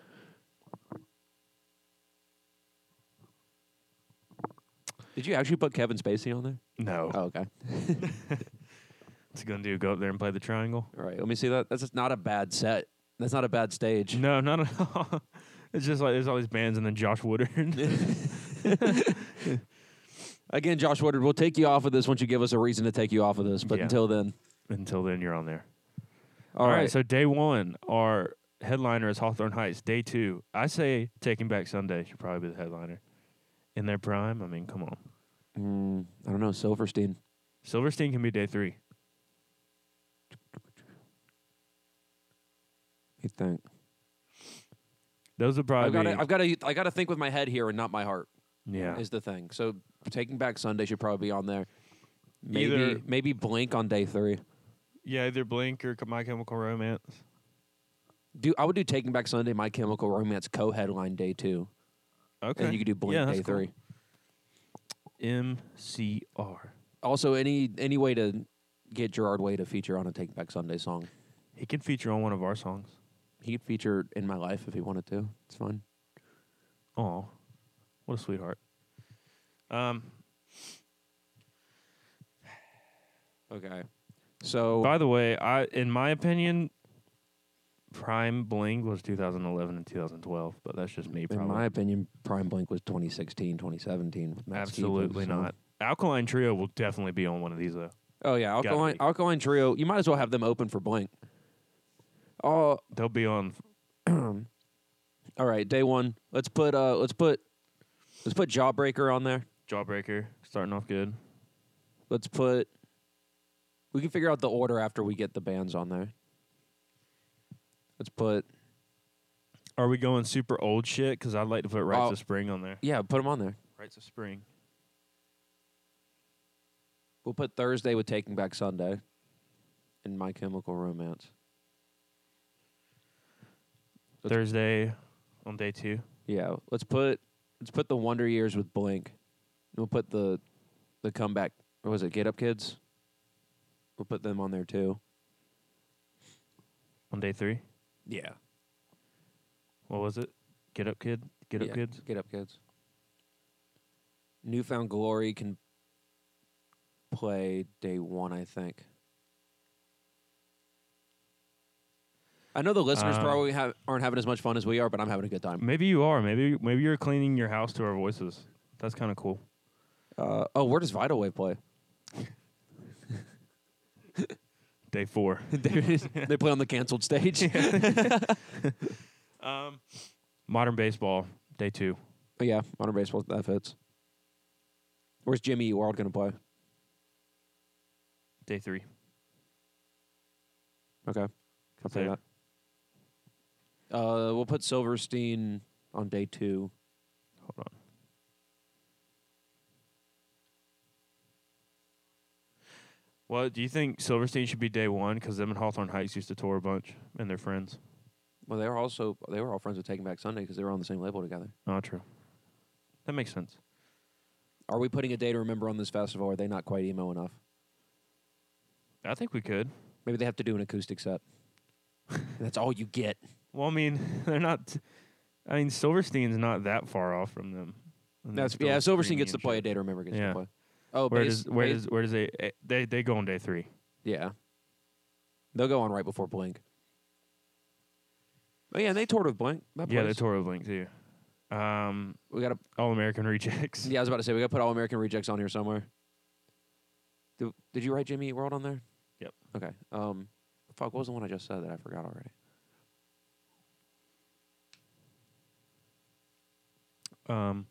Did you actually put Kevin Spacey on there? no. Oh, okay. What's he gonna do? Go up there and play the triangle? All right, let me see that. That's just not a bad set. That's not a bad stage. No, not at all. It's just like there's all these bands and then Josh Woodard. Again, Josh Woodard, we'll take you off of this once you give us a reason to take you off of this. But Yeah. until then, Until then you're on there. all all right. right. so day one, our headliner is Hawthorne Heights. Day two, I say Taking Back Sunday should probably be the headliner. In their prime, I mean, come on. Mm, I don't know, Silverstein. Silverstein can be day three. You think? Those would probably I've got be, to, I've got to, I got to think with my head here and not my heart yeah. is the thing. So taking back Sunday should probably be on there. Maybe, Either- maybe Blink on day three. Yeah, either Blink or My Chemical Romance. Do I would do Taking Back Sunday, My Chemical Romance co-headline day two, Okay. and you could do Blink Yeah, that's day cool. three. MCR. Also, any any way to get Gerard Way to feature on a Taking Back Sunday song. He can feature on one of our songs. He could feature in my life if he wanted to. It's fine. Oh, what a sweetheart. Um, Okay. So by the way, I in my opinion, Prime Bling was 2011 and 2012, but that's just me. in Probably. my opinion, Prime Blink was 2016, 2017. with Max Keeble, Absolutely so- not. Alkaline Trio will definitely be on one of these though. Oh yeah, be. Alkaline Alkaline Trio. You might as well have them open for Blink. Oh, They'll be on. all right. Day one. Let's put uh, let's put let's put Jawbreaker on there. Jawbreaker starting off good. Let's put. We can figure out the order after we get the bands on there. Let's put Are we going super old shit? Because I'd like to put Rites Oh. of Spring on there. yeah, put them on there. Rites of Spring. We'll put Thursday with Taking Back Sunday, and My Chemical Romance. Let's- Thursday on day two. Yeah, let's put let's put the Wonder Years with Blink. And We'll put the the comeback. Or was it Get Up Kids? We'll put them on there too. On day three, Yeah, what was it? Get up, kid. Get up, kids. Get Up Kids. Newfound Glory can play day one, I think. I know the listeners Uh, probably have, aren't having as much fun as we are, but I'm having a good time. Maybe you are. Maybe maybe you're cleaning your house to our voices. That's kind of cool. Uh, oh, where does Vital Wave play? Day four. they they play on the canceled stage. um, modern baseball. Day two. Oh yeah, modern baseball that fits. Where's Jimmy Eat World gonna play? Day three. Okay, I'll play Fair. that. Uh, we'll put Silverstein on day two. Hold on. Well, do you think Silverstein should be day one? Because them and Hawthorne Heights used to tour a bunch and they're friends. Well, they were also they were all friends with Taking Back Sunday because they were on the same label together. Not true. That makes sense. Are we putting a day to remember on this festival? Or are they not quite emo enough? I think we could. Maybe they have to do an acoustic set. That's all you get. Well, I mean, they're not. I mean, Silverstein's not that far off from them. And they're That's yeah. Mm, still Silverstein gets to screaming play. and A shit. day to remember gets Yeah. to play. Oh, Where base- does where base- does where does they eh, they they go on day three? yeah. They'll go on right before Blink. Oh yeah, and they toured with Blink. That yeah, they place. tore with Blink too. Um, We gotta. All American Rejects. Yeah, I was about to say we gotta put All American Rejects on here somewhere. Did, did you write Jimmy Eat World on there? Yep. Okay. Um, fuck, what was the one I just said that I forgot already? Um.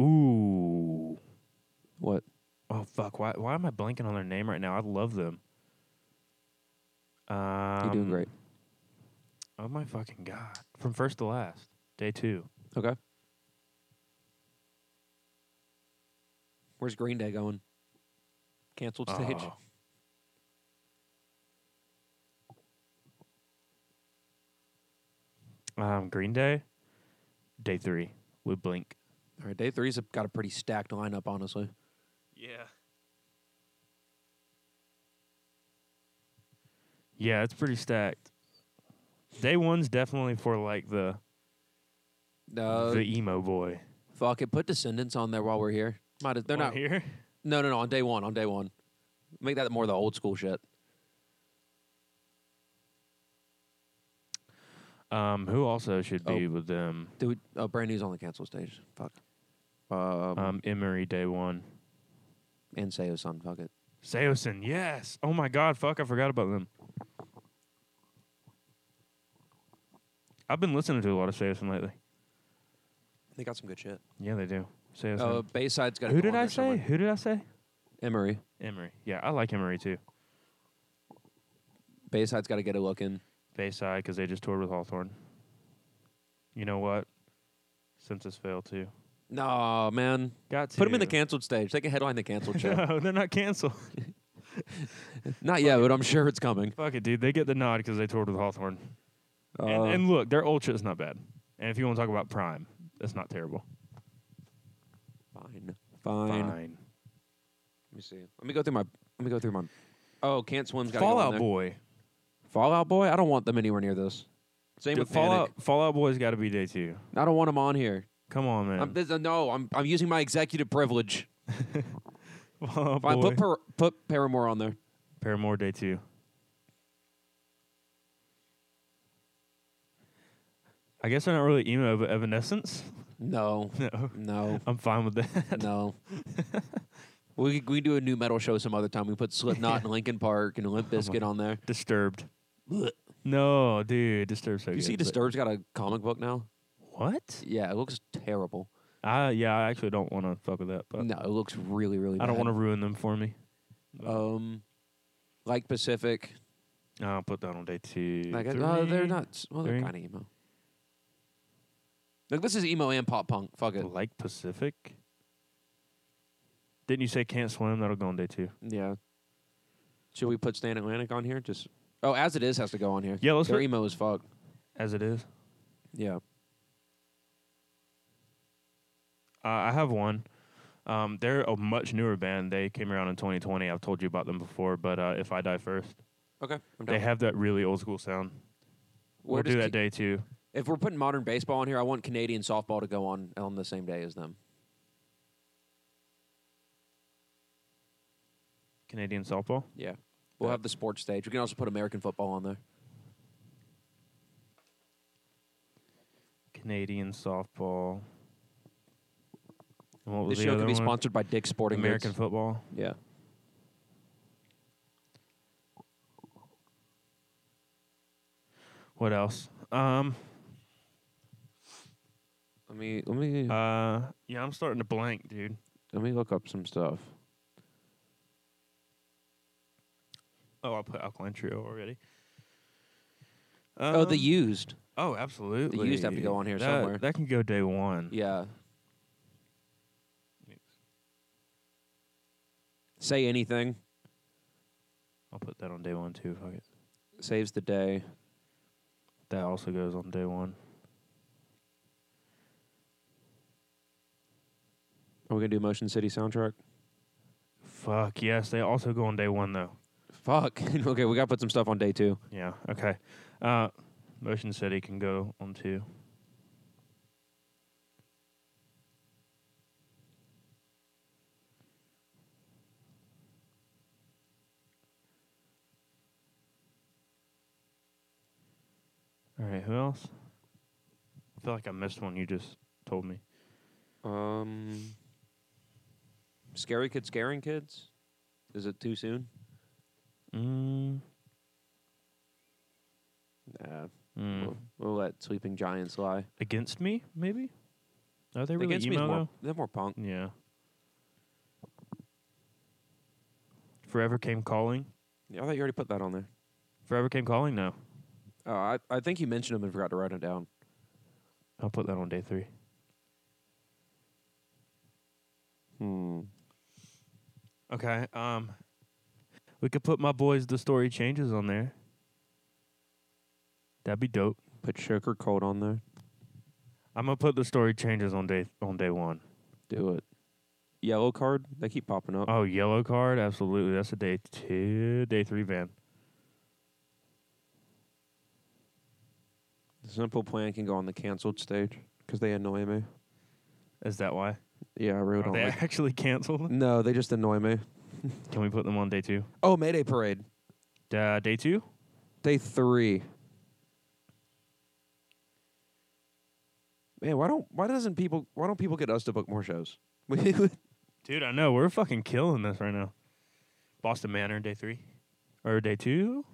Ooh. What? Oh fuck! Why why am I blanking on their name right now? I love them. Um, You're doing great. Oh my fucking god! From first to last, day two. Okay. Where's Green Day going? Cancelled stage. Oh. Um, Green Day, day three with Blink. All right, day three's got a pretty stacked lineup, honestly. Yeah. Yeah, it's pretty stacked. Day one's definitely for like the Uh, the emo boy. fuck it, put Descendants on there while we're here. Might as- they're On not here. No, no, no. On day one, on day one, make that more the old school shit. Um, who also should be Oh. with them? Dude, uh, brand new's on the cancel stage. Fuck. Um, Um, Emery, day one. and Seo Sun. Fuck it. Seosin, yes. Oh my god, fuck, I forgot about them. I've been listening to a lot of Seosin lately. They got some good shit. Yeah, they do. Uh, Seosin. Bayside's got. who did I say? Who did I say? Emery. Emery. Yeah, I like Emery too. Bayside's got to get a look in. Bayside because they just toured with Hawthorne. You know what? Census failed too. No, man. Got to Put them in the canceled stage. They can headline the canceled show. No, they're not canceled. Not yet, but I'm sure it's coming. Fuck it, dude. They get the nod because they toured with Hawthorne. Uh, and, and look, their old shit's not bad. And if you want to talk about Prime, that's not terrible. fine. Uh, fine. Let Fine. me see. Let me go through my. Let me go through my. Oh, Can't Swim's got Fallout Boy. Fallout Boy. I don't want them anywhere near this. Same Dude, with Fallout Fallout. Fallout Boy's got to be day two. I don't want them on here. Come on, man. I'm, this, uh, no, I'm I'm using my executive privilege. Fallout Fine, Boy. put Par- put Paramore on there. Paramore day two. I guess they're not really emo, but Evanescence. No, No, no, I'm fine with that. no. we we do a new metal show some other time. We put Slipknot and Linkin Park and Oh Limp Bizkit on there. Disturbed. Blech. No, dude, Disturbed. So You good, see, but- Disturbed's got a comic book now. What? Yeah, it looks terrible. I yeah, I actually don't want to fuck with that, but No, it looks really really. I don't bad. want to ruin them for me. Um, like Pacific. I'll put that on day two. Like, uh, they're three. not. s- Well, they're three. kind of emo. Like this is emo and pop punk. Fuck it. like Pacific. Didn't you say can't swim? That'll go on day two. Yeah. Should we put Stan Atlantic on here? Just oh, as it is has to go on here. Yeah, let's They're put- emo as fuck. As it is, Yeah. uh, I have one. Um, they're a much newer band. They came around in 2020. I've told you about them before, but uh, if I die first, Okay. I'm they down. have that really old school sound. we'll Where do does that Ca- day two. If we're putting modern baseball on here, I want Canadian softball to go on on the same day as them. Canadian softball. Yeah. We'll Yeah. have the sports stage. We can also put American football on there. Canadian softball. And what was This the show other can be one? sponsored by Dick Sporting American Goods. football. yeah. What else? Um, Let me let me uh, yeah, I'm starting to blank, dude. let me look up some stuff. Oh, I put Alkaline Trio already. oh, the Um, used. Oh, absolutely. used have to go on here That- somewhere. That can go day one. Yeah. Say anything I'll put that on day one too. Fuck it. saves the day. That also goes on day one. Are we gonna do Motion City soundtrack? Fuck yes, they also go on day one though. Fuck. okay, we gotta put some stuff on day two. Yeah. Okay. Uh, Motion City can go on two. All right, who else? I feel like I missed one you just told me. Um, scary kids, scaring kids. Is it too soon? Mm. Nah, mm. we'll, we'll let Sweeping Giants lie. Against me, maybe? Are they really Against me, is emo, more, though? they're more punk. Yeah. Forever Came Calling? Yeah, I thought you already put that on there. Forever Came Calling? No. Oh, I, I think you mentioned them and forgot to write them down. I'll put that on day three. Hmm. Okay. Um, We could put my boys The Story Changes on there. That'd be dope. Put Sugar Coat on there. I'm gonna put the story changes on day on day one. Do it. Yellow card. They keep popping up. Oh, yellow card, absolutely. That's a day two, day three van. The simple plan can go on the canceled stage because they annoy me. Is that why? Yeah, I really Are don't they like. actually canceled? No, they just annoy me. Can we put them on day two? Oh, Mayday Parade. Uh, day two? Day three. Man, why don't why doesn't people why don't people get us to book more shows? We would- Dude, I know we're fucking killing this right now. Boston Manor, day three, or day two?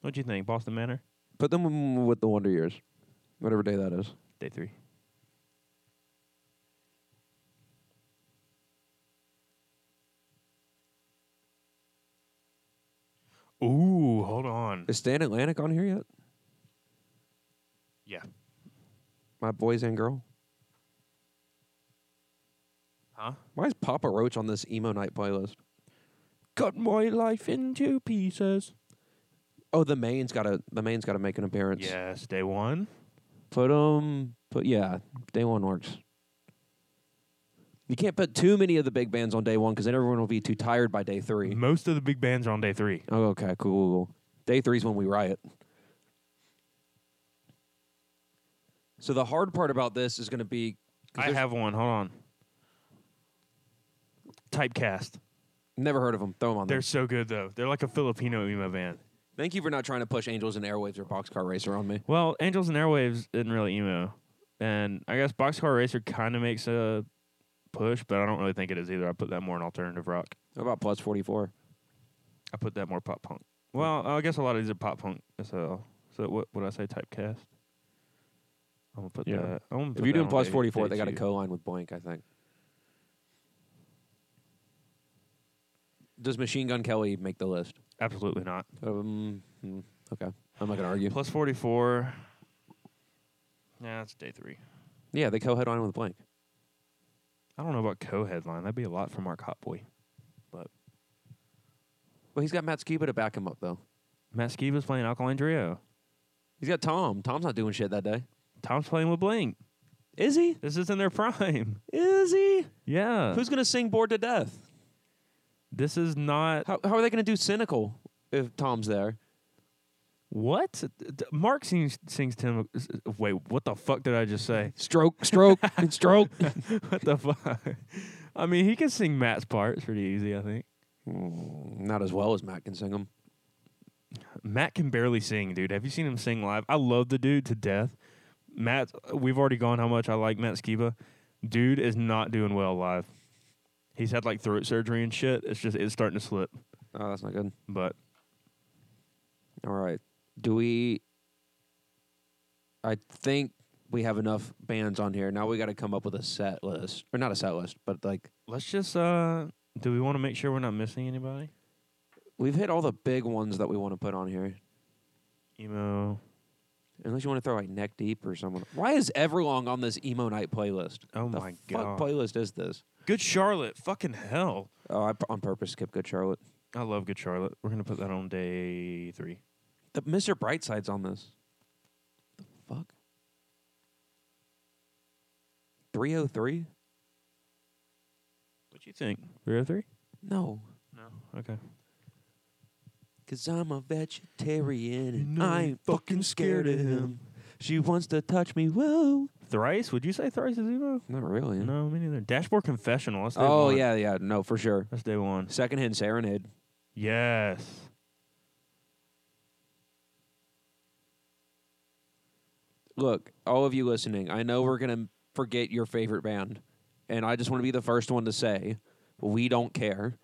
What do you think, Boston Manor? Put them with the Wonder Years, whatever day that is. Day three. Ooh, hold on. Is Stan Atlantic on here yet? Yeah. My boys and girl. Huh? Why is Papa Roach on this emo night playlist? Cut my life into pieces. Oh, the main's got to the main's got to make an appearance. Yes, day one. Put them. Put yeah. Day one works. You can't put too many of the big bands on day one because then everyone will be too tired by day three. Most of the big bands are on day three. Oh, okay, cool, cool, cool. Day three's when we riot. So the hard part about this is going to be. 'cause I there's- have one. Hold on. Typecast. never heard of them. Throw them on They're there. so good though. They're like a Filipino emo band. Thank you for not trying to push Angels and Airwaves or Boxcar Racer on me. Well, Angels and Airwaves isn't really emo, and I guess Boxcar Racer kind of makes a push, but I don't really think it is either. I put that more in alternative rock. How about Plus Forty Four? I put that more pop punk. Well, I guess a lot of these are pop punk as well. So what would I say? Typecast. I'm gonna put Yeah. that. I'm gonna If put that you're doing on Plus day- Forty Four, day they got a two. co-line with Blank, I think. Does Machine Gun Kelly make the list? Absolutely not. Um, hmm, okay, I'm not gonna argue. Plus 44. Yeah, that's day three. Yeah, they co-headline with Blank. I don't know about co-headline. That'd be a lot for Mark Hotboy. Well, he's got Matt Skiba to back him up though. Matt Skiba's playing Alkaline Trio. He's got Tom. Tom's not doing shit that day. Tom's playing with Blink. Is he? This is in their prime. Is he? Yeah. Who's gonna sing "Bored to Death"? this is not How, how are they gonna do "Cynical" if Tom's there? what D- d- Mark sings sings Tim. uh, Wait, what the fuck did I just say? Stroke, stroke, and stroke. what the fuck? I mean, he can sing Matt's parts pretty easy. I think Mm, not as well as Matt can sing them. Matt can barely sing, dude. Have you seen him sing live? I love the dude to death. Matt, we've already gone how much I like Matt Skiba. Dude is not doing well live. He's had like throat surgery and shit. It's just it's starting to slip. Oh, that's not good. But All right. Do we? I think we have enough bands on here. Now we got to come up with a set list, or not a set list, but like let's just uh do we want to make sure we're not missing anybody? we've hit all the big ones that we want to put on here. Emo. Unless you want to throw like Neck Deep or someone. Why is Everlong on this emo night playlist? Oh the my fuck god. playlist is this? Good Charlotte. Fucking hell. Oh, I p- on purpose skipped Good Charlotte. I love Good Charlotte. We're gonna put that on day three. The Mr. Brightside's on this. The fuck? 303? What you think? Three oh three? No. No. Okay. Cause I'm a vegetarian You and know I you ain't fucking scared of him. She wants to touch me. Whoa. Thrice? Would you say thrice is emo? Not really. No, me neither. Dashboard Confessional. That's day Oh one. yeah, yeah. No, for sure. That's day one. Secondhand serenade. Yes. Look, all of you listening, I know we're gonna forget your favorite band, and I just want to be the first one to say we don't care.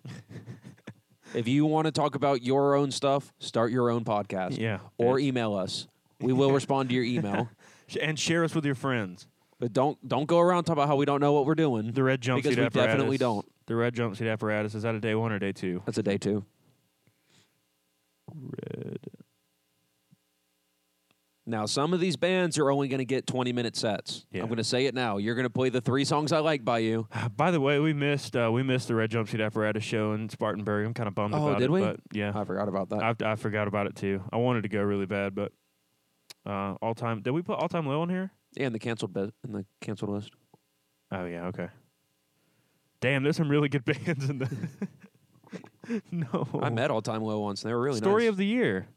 if you want to talk about your own stuff, start your own podcast. Yeah, Or e bitch. email us. We will respond to your email. Sh- and share us with your friends. But don't don't go around talking about how we don't know what we're doing. The red jumpsuit because we apparatus. definitely don't. The red jumpsuit apparatus is that a day one or day two? That's a day two. Red. Now, some of these bands are only going to get 20 minute sets. Yeah. I'm going to say it now. You're going to play the three songs I like by you. By the way, we missed uh, we missed the red jumpsuit apparatus show in Spartanburg. I'm kind of bummed Oh, about did it. we? But yeah, I forgot about that. I, I forgot about it too. I wanted to go really bad, but uh, all time. Did we put all time low on here? and the canceled be- in the canceled list. Oh yeah, okay. Damn, there's some really good bands in the. no. I met All Time Low once. And they were really Oh. Story nice. of the year.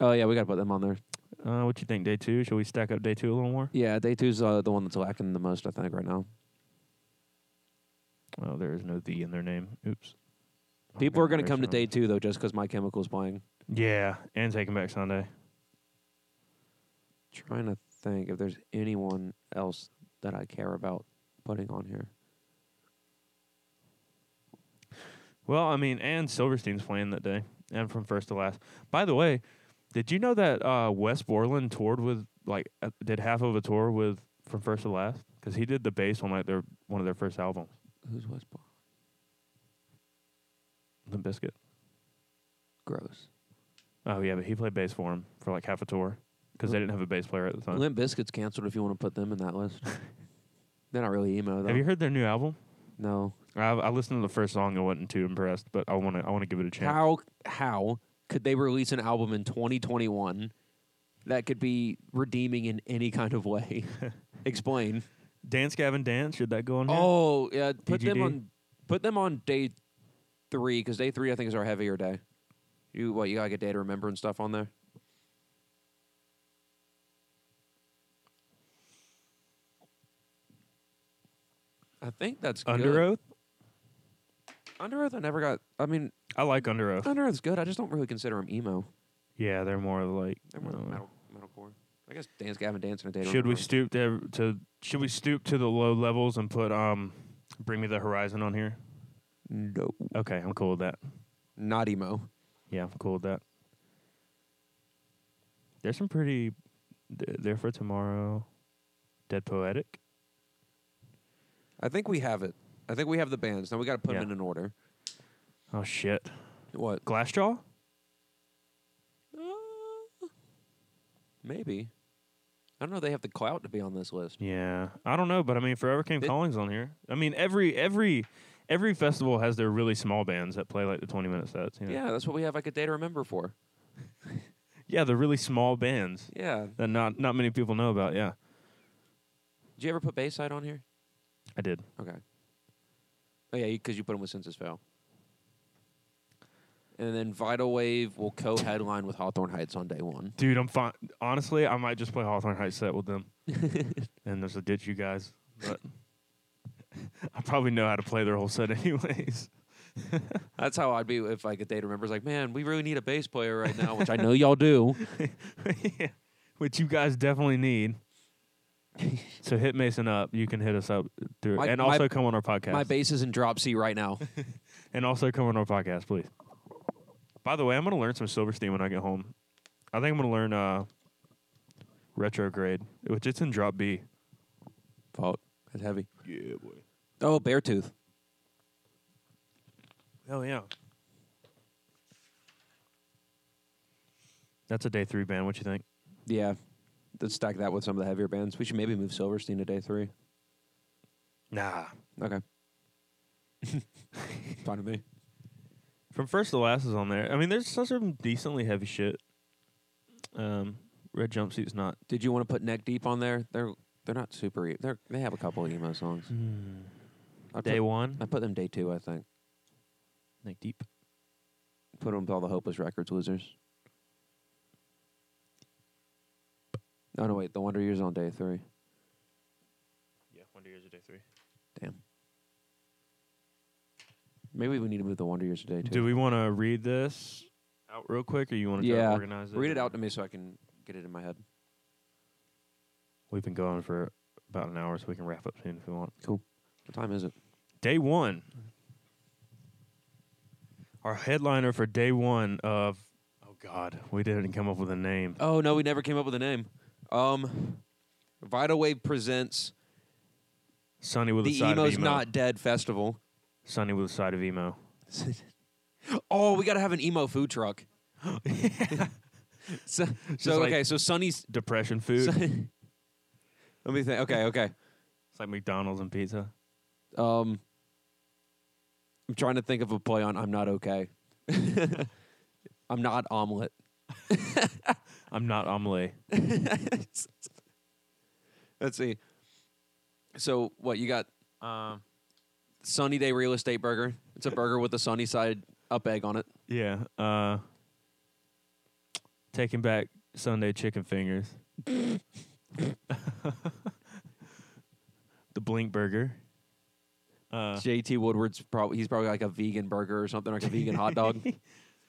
oh yeah, we got to put them on there. Uh, what you think? Day two? Should we stack up day two a little more? Yeah, day two's uh, the one that's lacking the most, I think, right now. Oh, there is no the in their name. Oops. Oh, People are going to Very come to strong. day two though, just because My Chemical's playing. Yeah, and Taking Back Sunday. Trying to think if there's anyone else that I care about putting on here. Well, I mean, and Silverstein's playing that day, and from first to last. By the way, did you know that uh, Wes Borland toured with like uh, did half of a tour with from first to last because he did the bass on like their one of their first albums, Who's Westbrook? The Biscuit. Gross. Oh yeah, but he played bass for him for like half a tour because they didn't have a bass player at the time. Limp Biscuit's canceled. If you want to put them in that list, they're not really emo though. Have you heard their new album? no. I, I listened to the first song and wasn't too impressed, but I want to I want to give it a chance. How how could they release an album in 2021 that could be redeeming in any kind of way? Explain. Dance Gavin Dance, should that go on here? Oh yeah, put them DGD. on put them on day three because day three I think is our heavier day. You what you gotta get day to remember and stuff on there. I think that's Under good. Oath? Under Oath, I never got. I mean, I like Under Oath. Under Oath's good. I just don't really consider him emo. Yeah, they're more of like. They're more uh, metal, metalcore. I guess Dance Gavin Dance and a day. to should we Remember. stoop to, ev- to Should we stoop to the low levels and put um, Bring Me the Horizon on here? No, Okay, I'm cool with that. not emo. Yeah, I'm cool with that. There's some pretty. th- There for tomorrow, Dead Poetic. I think we have it. I think we have the bands. Now we got to put Yeah. them in an order. Oh shit, What? Glassjaw. Uh, Maybe. I don't know. They have the clout to be on this list. Yeah, I don't know, but I mean, Forever Came It- Calling's on here. I mean, every every every festival has their really small bands that play like the twenty minute sets. You know? Yeah, that's what we have like a day to remember for. yeah, the really small bands Yeah. that not not many people know about. Yeah, Did you ever put Bayside on here? I did. Okay. Oh yeah, because you put them with Census Fail. And then Vital Wave will co-headline with Hawthorne Heights on day one. Dude, I'm fine. Honestly, I might just play Hawthorne Heights set with them. and there's a ditch, you guys. But I probably know how to play their whole set, anyways. That's how I'd be if like a day to remember. It's like, man, we really need a bass player right now, which I know y'all do. yeah. Which you guys definitely need. so hit Mason up. You can hit us up through, My- and my- also come on our podcast. My bass is in drop C right now. and also come on our podcast, please. By the way, I'm gonna learn some Silverstein when I get home. I think I'm gonna learn uh, retrograde, which it's in drop B. Fault. That's heavy. Yeah, boy. Oh, Beartooth. Hell yeah. That's a day three band. What you think? Yeah. Let's stack that with some of the heavier bands. We should maybe move Silverstein to day three. Nah. Okay. Fine with me. From first to last is on there. I mean, there's still some decently heavy shit. Um, red jumpsuit's not. Did you want to put Neck Deep on there? They're they're not super. E- they're they have a couple of emo songs. I Day put, one. I put them day two. I think. Neck deep. Put them with all the Hopeless Records losers. Oh no! Wait, the Wonder Years on day three. Yeah, Wonder Years a day three. Damn. Maybe we need to move the Wonder Years to day two. Do we want to read this out real quick, or you want to Yeah. organize it? Read it out to me so I can get it in my head. We've been going for about an hour, so we can wrap up soon if we want. What time is it? Day one. Our headliner for day one of oh god, we didn't come up with a name. Oh no, we never came up with a name. Um, Vital Wave presents Sunny with a the side Emo's of emo. Not Dead Festival. Sunny with a side of emo. oh, we gotta have an emo food truck. so, so like- okay, so Sunny's. Depression food. Sun- Let me think. Okay, okay. it's like McDonald's and pizza. Um, I'm trying to think of a play on I'm not okay. I'm not omelet. I'm not omelet. Let's see. So what you got? Um, Sunny Day Real Estate Burger. It's a burger with a sunny side up egg on it. yeah. Uh, taking back Sunday chicken fingers. the Blink Burger. Uh, JT Woodward's probably he's probably like a vegan burger or something, like a vegan hot dog.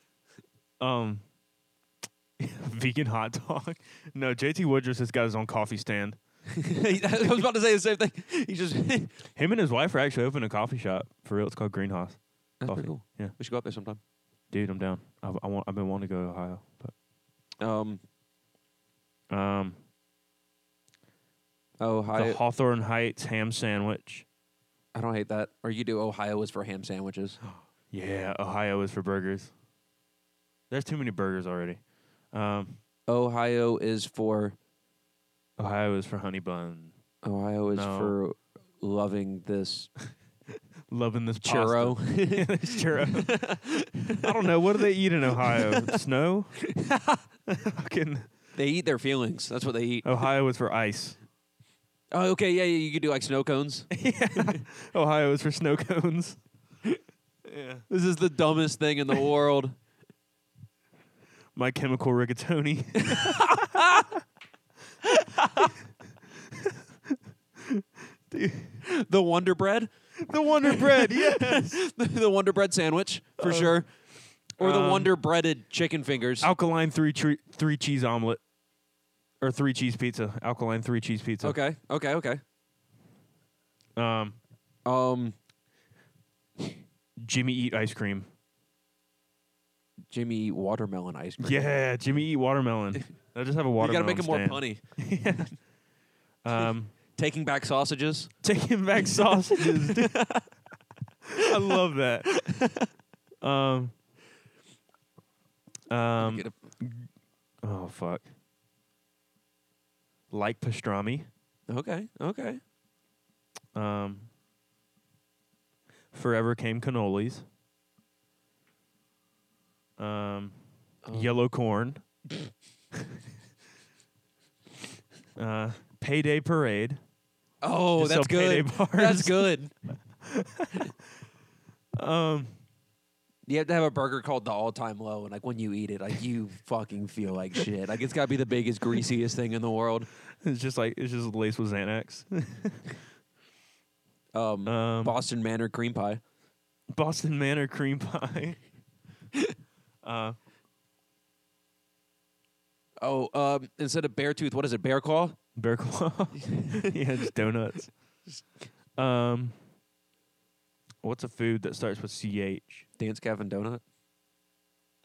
um vegan hot dog. No, JT Wood just has got his own coffee stand. I was about to say the same thing. He just That's Him and his wife are actually opening a coffee shop for real. It's called Greenhouse. pretty Coffee. cool. Yeah. We should go up there sometime. Dude, I'm down. I, I want. I've been wanting to go to Ohio, Um but um, Ohio the Hawthorne Heights ham sandwich. I don't hate that. Or you do Ohio is for ham sandwiches. Yeah, Ohio is for burgers. There's too many burgers already. Um, Ohio is for Ohio is for honey bun. Ohio is No. for loving this Loving this pasta. churro. This churro. I don't know. What do they eat in Ohio? Snow. Fucking they eat their feelings. That's what they eat. Ohio is for ice. Oh, okay, yeah, yeah. You could do like snow cones. Ohio is for snow cones. this is the dumbest thing in the world. My chemical rigatoni. The Wonder Bread, the Wonder Bread. Yes. the, the Wonder Bread sandwich for sure, or the Uh, um, Wonder Breaded chicken fingers. Alkaline three tre- three cheese omelet or three cheese pizza. Alkaline three cheese pizza. okay, okay, okay. Um, Um, Jimmy eat ice cream. Jimmy watermelon ice cream. Yeah, Jimmy eat watermelon. I just have a you gotta watermelon. make it more stand. punny. Um, Taking back sausages. taking back sausages. dude. I love that. Um, um, Get a- oh fuck. Like pastrami. okay, okay. Um, Forever came cannolis. Um, yellow corn. uh, payday parade. Oh, Just that's sell payday good. bars. That's good. Um, You have to have a burger called the all time low, and like when you eat it, like you fucking feel like shit. Like it's gotta be the biggest, greasiest thing in the world. it's just like it's just laced with Xanax. Um, Um, Boston Manor cream pie. Boston Manor cream pie. uh, Oh, um, instead of bear tooth, what is it? Bear claw. bear claw. yeah, just donuts. Um, what's a food that starts with ch? Dance Gavin donut.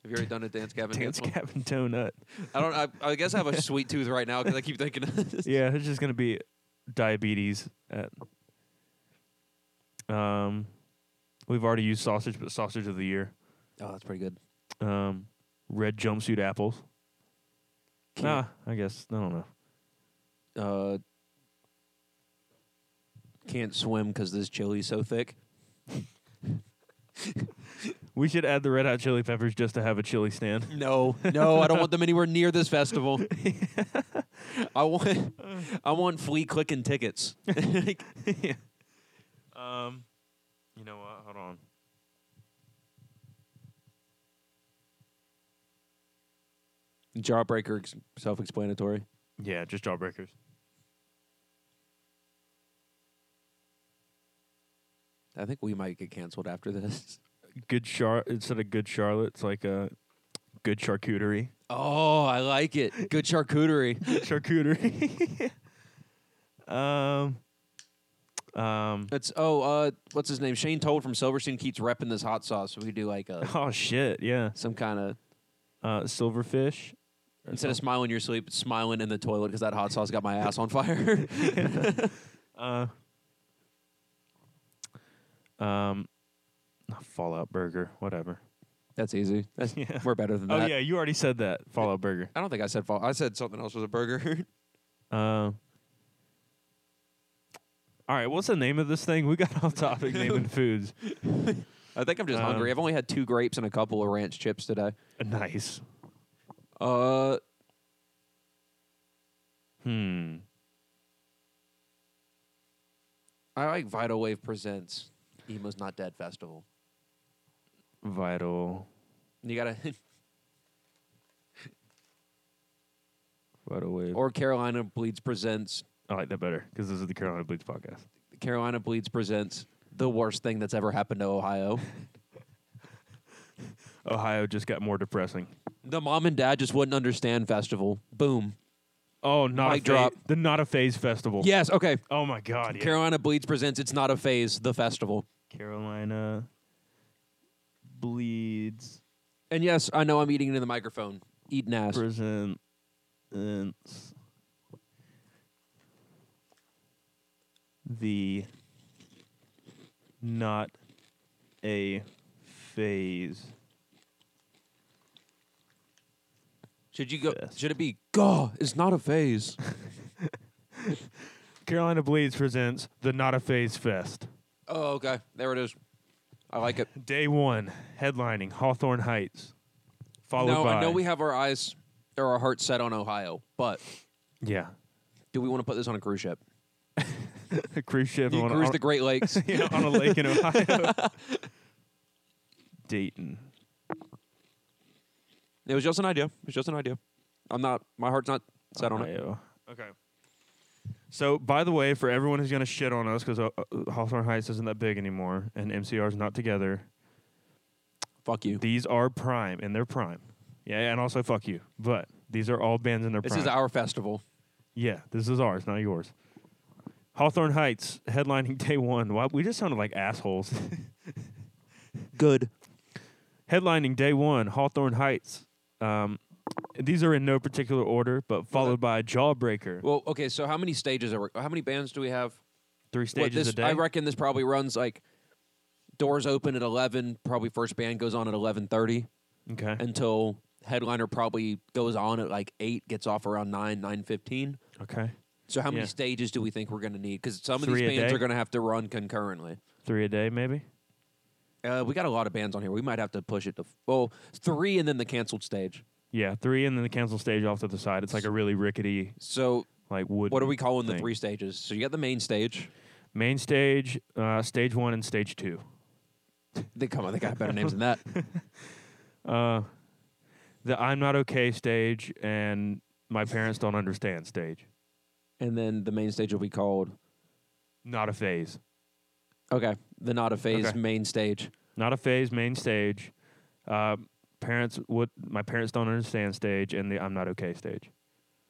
Have you already done a Dance Gavin Dance dance? one? Gavin donut. I don't. I, I guess I have a sweet tooth right now because I keep thinking. Of this. Yeah, it's just gonna be diabetes. At, um, we've already used sausage, but sausage of the year. Oh, that's pretty good. Um, red jumpsuit apples. Cute. Nah, I guess I don't know. Uh, can't swim because this chili's so thick. We should add the red hot chili peppers just to have a chili stand. No, no, I don't want them anywhere near this festival. I want, I want flea clicking tickets. Like, Um, you know what? Hold on. Jawbreaker, ex- self-explanatory. Yeah, just jawbreakers. I think we might get canceled after this. Good char instead of good Charlotte, it's like a good charcuterie. Oh, I like it. Good charcuterie. charcuterie. Um, um, It's oh, uh, what's his name? Shane Told from Silverstein keeps repping this hot sauce, so we could do like a oh shit, yeah. some kind of Uh, silverfish. or instead of something. smiling in your sleep, it's smiling in the toilet because that hot sauce got my ass on fire. uh, um, not Fallout Burger, whatever. That's easy. That's, Yeah. We're better than Oh that. yeah, you already said that Fallout Burger. I don't think I said fall. I said something else was a burger. Um. all right, what's the name of this thing? We got off topic naming foods. I think I'm just Um, hungry. I've only had two grapes and a couple of ranch chips today. Nice. Uh, Hmm. I like Vital Wave presents Emo's Not Dead Festival. Vital. You gotta Vital wave. or Carolina Bleeds presents I like that better because this is the Carolina Bleeds podcast. Carolina Bleeds presents the worst thing that's ever happened to Ohio. Ohio just got more depressing. the mom and dad just wouldn't understand festival. Boom. Oh, not Mic a drop. drop. The not a phase festival. Yes. Okay. Oh my god. Yeah. Carolina Bleeds presents It's Not a Phase, the festival. Carolina bleeds And yes, I know I'm eating into the microphone. Eating ass. presents the not a phase. Should you go? Yes. Should it be? Gah! It's not a phase. Carolina bleeds presents the not a phase fest. oh, okay. There it is. I like it. Day one, headlining Hawthorne Heights, followed Now by I know we have our eyes or our hearts set on Ohio, but yeah, do we want to put this on a cruise ship? a cruise ship You on, a- cruise on, the Great Lakes. yeah, on a lake in Ohio. Dayton. it was just an idea. It was just an idea. I'm not. My heart's not set on it. Ohio. Okay. So, by the way, for everyone who's going to shit on us because uh, uh, Hawthorne Heights isn't that big anymore and MCR's not together, Fuck you. these are prime in their prime. Yeah, and also fuck you. But these are all bands in their This prime. is our festival. yeah, this is ours, not yours. Hawthorne Heights headlining day one. Wow, we just sounded like assholes. Good. headlining day one, Hawthorne Heights. Um, these are in no particular order, but followed by Jawbreaker. Well, okay. So how many stages are? How many bands do we have? Three What, stages this, a day. I reckon this probably runs like doors open at eleven. Probably first band goes on at eleven thirty okay. until headliner probably goes on at like eight, gets off around nine nine fifteen. Okay. So how many Yeah. stages do we think we're going to need? Because some of Three these a bands day? are going to have to run concurrently. Three a day, maybe. Uh, we got a lot of bands on here. We might have to push it to well three and then the canceled stage. Yeah, three, and then the cancel stage off to the side. It's like a really rickety, So like wood. what are we calling the thing. three stages? So you got the main stage. Main stage, uh, stage one, and stage two. They come on, they got better names than that. Uh, the I'm not okay stage and my parents don't understand stage. And then the main stage will be called Not a phase. okay the not a phase Okay. main stage. Not a phase. Main stage. Uh, parents would. My parents don't understand stage and the I'm not okay stage.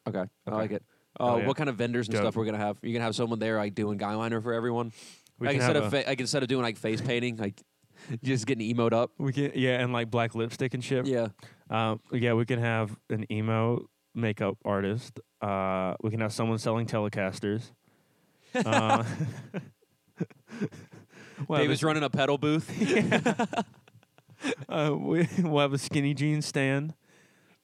Okay, I Okay. like it. Uh, Oh, yeah. What kind of vendors and Dope. stuff we're gonna have? You're gonna have someone there like doing guy liner for everyone. We like can instead have of a- fa- like instead of doing like face painting, like just getting emoed up. We can yeah, and like black lipstick and shit. Yeah, Um, yeah, we can have an emo makeup artist. Uh, we can have someone selling Telecasters. Uh, we'll, Dave have was running a pedal booth. a, uh, we, we'll have a skinny jeans stand.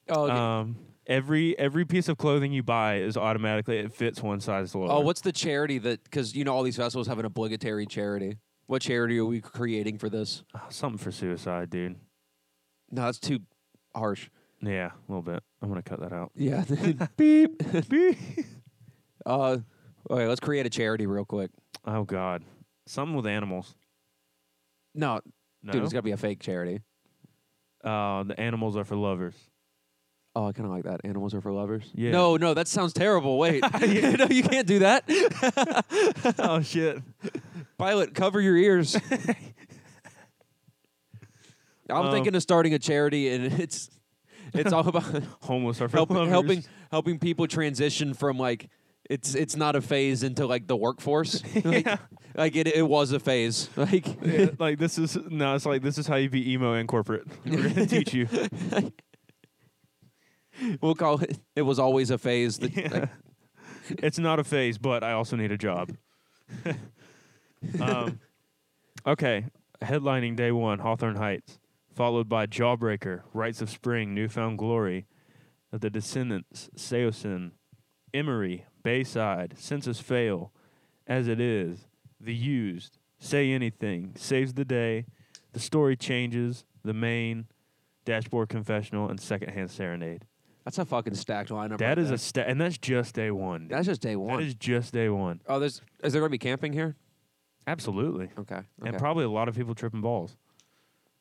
oh, okay. Um, every every piece of clothing you buy is automatically it fits one size lower. Oh, what's the charity that? Because you know all these festivals have an obligatory charity. What charity are we creating for this? Ah, something for suicide, dude? No, that's too harsh. Yeah, a little bit. I'm gonna cut that out. Yeah. Beep. Beep. uh, okay, let's create a charity real quick. Oh God, something with animals. No, No, dude, it's got to be a fake charity. uh, the animals are for lovers. Oh, I kind of like that. Animals are for lovers. Yeah. No, no, that sounds terrible. Wait, no, you can't do that. oh shit. Pilot, cover your ears. I'm Um, thinking of starting a charity, and it's it's all about homeless are for helping lovers. helping helping people transition from like It's it's not a phase into like the workforce. Like, like it, it was a phase. Like Yeah, like this is no, it's like this is how you be emo in corporate. We're gonna teach you. we'll call it. It was always a phase. That, like, It's not a phase, but I also need a job. um, okay, headlining day one, Hawthorne Heights, followed by Jawbreaker, Rites of Spring, Newfound Glory, The Descendants, Seosin, Emery, Bayside, Census Fail, As It Is, The Used, Say Anything, Saves the Day, The Story Changes, The Main, Dashboard Confessional, and Secondhand Serenade. that's a fucking stacked lineup. That right is there. a sta- and that's just day one. That's just day one. That is just day one. oh, there's is there gonna be camping here? Absolutely. Okay. okay. And probably a lot of people tripping balls.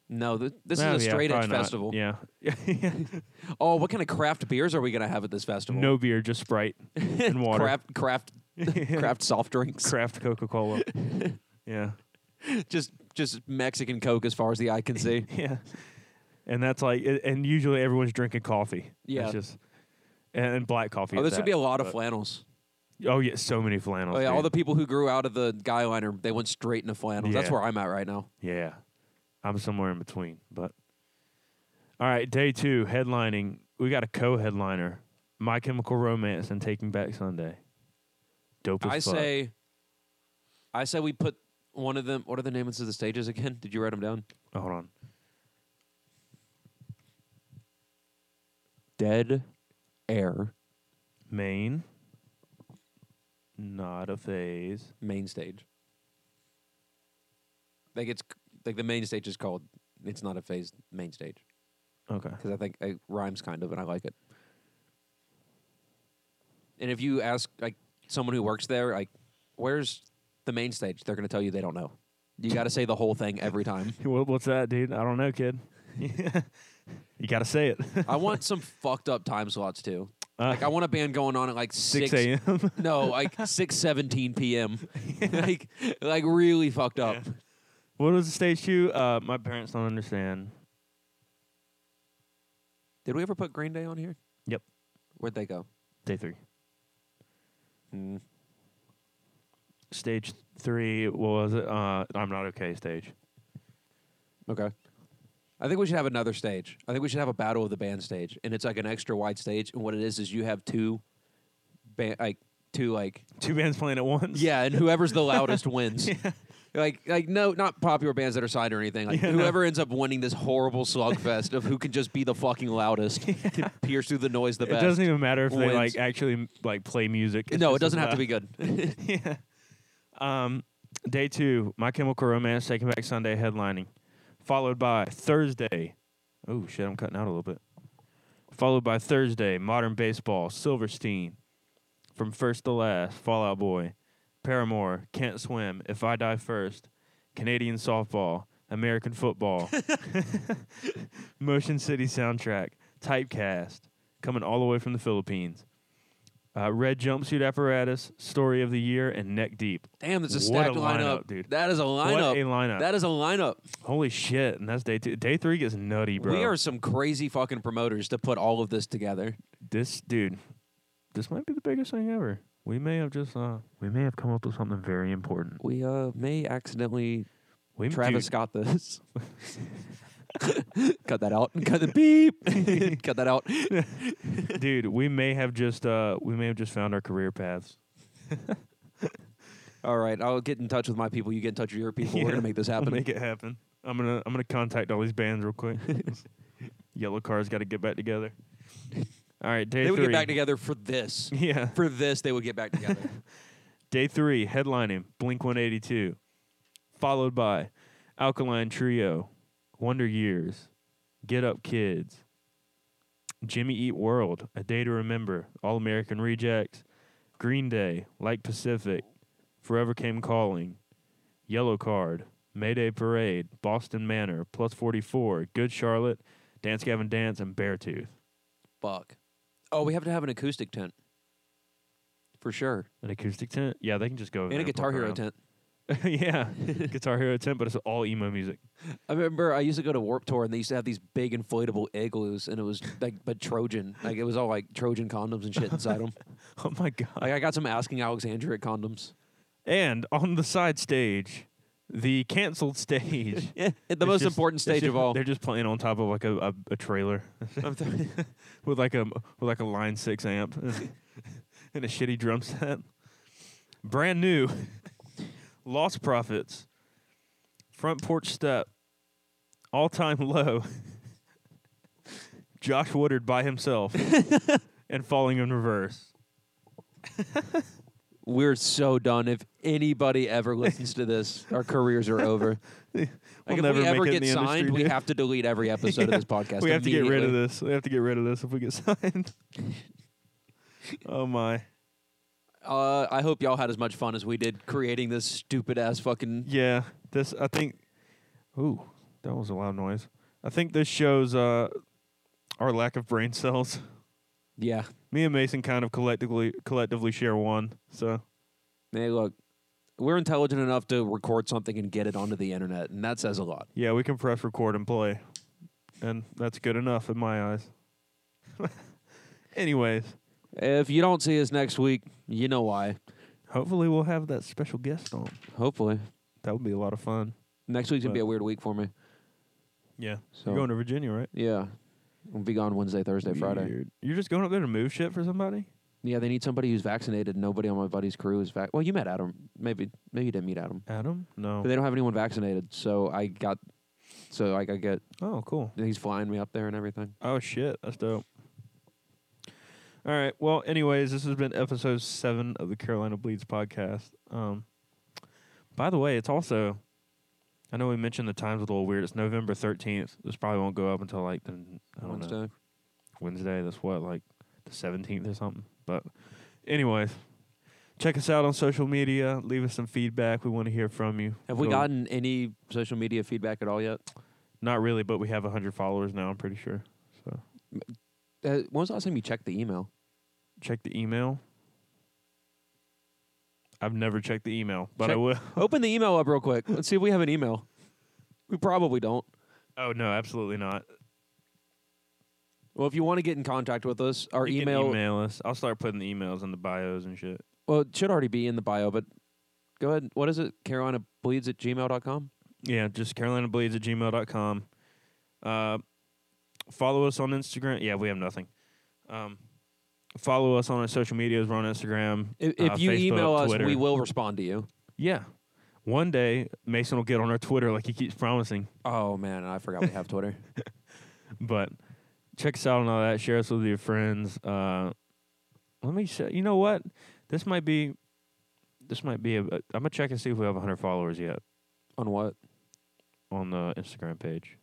no, th- this Well, is a yeah, straight edge probably not. festival. Yeah. Oh, what kind of craft beers are we gonna have at this festival? no beer, just Sprite and water. craft craft craft soft drinks. Craft Coca Cola. yeah. just just Mexican Coke as far as the eye can see. Yeah. And that's like, a- and usually everyone's drinking coffee. Yeah. It's just, and, and black coffee. oh, at this would that, be a lot of but- flannels. Oh, yeah. So many flannels. Oh yeah, all the dude. people who grew out of the guy liner, they went straight into flannels. That's Yeah. where I'm at right now. Yeah. I'm somewhere in between, but. All right. Day two, headlining. We got a co headliner My Chemical Romance and Taking Back Sunday. Dope as I fuck. say, I say we put one of them. What are the names of the stages again? Did you write them down? Oh, Hold on. Dead Air Main. Not a phase. main stage. Like it's c- like the main stage is called. It's not a phase main stage Okay. because I think it rhymes kind of and I like it. And if you ask like someone who works there, like where's the main stage, they're gonna tell you they don't know. You got to say the whole thing every time. What, what's that, dude? I don't know, kid. you got to say it. I want some fucked up time slots too. Uh, Like I want a band going on at like 6 six, a.m. No, like six seventeen p.m. like like really fucked up. what was the stage two? Uh, my parents don't understand. Did we ever put Green Day on here? Yep. Where'd they go? Day three. Mm. Stage three, what was it? Uh, I'm not okay stage. Okay. I think we should have another stage. I think we should have a battle of the band stage, and it's like an extra wide stage. And what it is is you have two, band like two like Two bands playing at once? yeah, and whoever's the loudest wins. Like like no, not popular bands that are signed or anything. Like whoever ends up winning this horrible slugfest of who can just be the fucking loudest, can pierce through the noise the It best. doesn't even matter if they wins. like actually like play music. It's no, it just doesn't have to about- be good. yeah. Um, day two, My Chemical Romance, Taking Back Sunday headlining, followed by Thursday. Oh shit, I'm cutting out a little bit. Followed by Thursday, Modern Baseball, Silverstein, From First to Last, Fallout Boy, Paramore, Can't Swim, If I Die First, Canadian Softball, American Football, Motion City Soundtrack, Typecast, coming all the way from the Philippines. Uh, Red Jumpsuit Apparatus, Story of the Year, and Neck Deep. Damn, that's a What a stacked lineup, lineup. dude. That is a lineup. a lineup. That is a lineup. Holy shit! And that's day two. Day three gets nutty, bro. We are some crazy fucking promoters to put all of this together. this dude. This might be the biggest thing ever. We may have just uh, we may have come up with something very important. We uh may accidentally We Travis dude, Scott this. Cut that out. Cut the beep. Cut that out. dude, we may have just uh, we may have just found our career paths. All right, I'll get in touch with my people. You get in touch with your people. We're Yeah. gonna make this happen. We'll make it happen. I'm gonna I'm gonna contact all these bands real quick. Yellow Cars got to get back together. All right, day they would three. get back together for this. Yeah. For this, they would get back together. Day three, headlining Blink 182, followed by Alkaline Trio, Wonder Years, Get Up Kids, Jimmy Eat World, A Day to Remember, All American Rejects, Green Day, Like Pacific, Forever Came Calling, Yellow Card, Mayday Parade, Boston Manor, Plus 44, Good Charlotte, Dance Gavin Dance, and Beartooth. Fuck. Oh, we have to have an acoustic tent. For sure. An acoustic tent? Yeah, they can just go over And there a Guitar poke Hero Oh, around. tent. yeah, Guitar Hero tent, but it's all emo music. I remember I used to go to Warp Tour and they used to have these big inflatable igloos and it was like but Trojan, like it was all like Trojan condoms and shit inside them. Oh my god! Like I got some asking Alexandria condoms. And on the side stage, the canceled stage. Yeah, the It's most just- important it's stage just- of all. They're just playing on top of like a, a, a trailer I'm telling you. with like a with like a Line Six amp and a shitty drum set. Brand new, Lost Profits, Front Porch Step, All Time Low, Josh Woodard by himself, and Falling in Reverse. We're so done. If anybody ever listens to this, our careers are over. Like We'll if never we make ever it in get the industry, signed, we dude. have to delete every episode of this podcast. we have to get rid of immediately. this. We have to get rid of this if we get signed. oh my. Uh, I hope y'all had as much fun as we did creating this stupid ass fucking. Yeah, this I think. Ooh, that was a loud noise. I think this shows uh, our lack of brain cells. Yeah. Me and Mason kind of collectively collectively share one. So Hey, look, we're intelligent enough to record something and get it onto the internet, and that says a lot. yeah, we can press record and play, and that's good enough in my eyes. Anyways, If you don't see us next week, you know why. hopefully we'll have that special guest on. Hopefully, That would be a lot of fun. next week's gonna be But- a weird week for me. Yeah, So you're going to Virginia, right? yeah, I'll be gone Wednesday, Thursday, Friday. Weird. You're just going up there to move shit for somebody? Yeah, they need somebody who's vaccinated. Nobody on my buddy's crew is vac. Well, you met Adam. Maybe maybe you didn't meet Adam, Adam? No. but they don't have anyone vaccinated. So I got. So like I get, Oh, cool. he's flying me up there and everything. Oh shit, that's dope. All right. Well, anyways, this has been episode seven of the Carolina Bleeds podcast. Um, by the way, it's also, I know we mentioned the time's a little weird. It's November thirteenth. This probably won't go up until like the I don't know, Wednesday. Wednesday. That's what like the seventeenth or something. But, anyways, check us out on social media. Leave us some feedback. We want to hear from you. Have we Go- gotten any social media feedback at all yet? Not really, but we have hundred followers now. I'm pretty sure. So Uh, when was the last time you checked the email? check the email. I've never checked the email, but I Check- will. Open the email up real quick. Let's see if we have an email. We probably don't. Oh no, absolutely not. Well, if you want to get in contact with us, our You can email, email us. I'll start putting the emails in the bios and shit. well, it should already be in the bio, but go ahead. What is it? Carolina bleeds at gmail.com? Yeah, just carolinableeds at gmail.com. Uh, follow us on Instagram. Yeah, we have nothing. Um, follow us on our social medias. We're on Instagram. If, uh, if you Facebook, email us, Twitter. we will respond to you. Yeah. One day, Mason will get on our Twitter like he keeps promising. Oh, man. I forgot we have Twitter. But check us out on all that. Share us with your friends. Uh, let me show. You know what? This might be. This might be. A, I'm gonna check and see if we have 100 followers yet On what? on the Instagram page.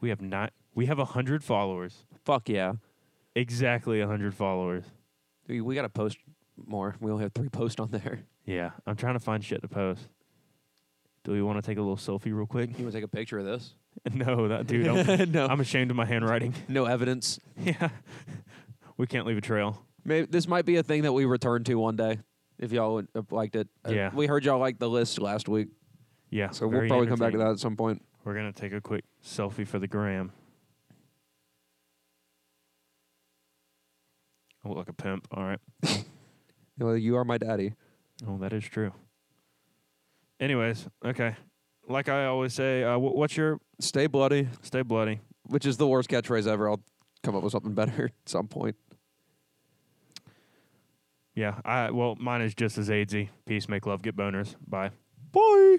We have not. We have 100 followers. Fuck yeah. Exactly 100 followers. We, we got to post more. We only have three posts on there. Yeah, I'm trying to find shit to post. Do we want to take a little selfie real quick? You want to take a picture of this? no, that dude. I'm, no. I'm ashamed of my handwriting. no evidence. yeah, we can't leave a trail. Maybe this might be a thing that we return to one day if y'all would have liked it. Uh, Yeah. we heard y'all like the list last week, Yeah, so we'll very probably come back to entertaining. that at some point. We're gonna take a quick selfie for the gram. I look Oh, like a pimp. All right. You, know, you are my daddy. Oh, that is true. Anyways, okay. Like I always say, uh, wh- what's your Stay bloody, stay bloody? which is the worst catchphrase ever. I'll come up with something better at some point. Yeah. I well, mine is just as AIDSy. Peace, make love, get boners. Bye. Bye.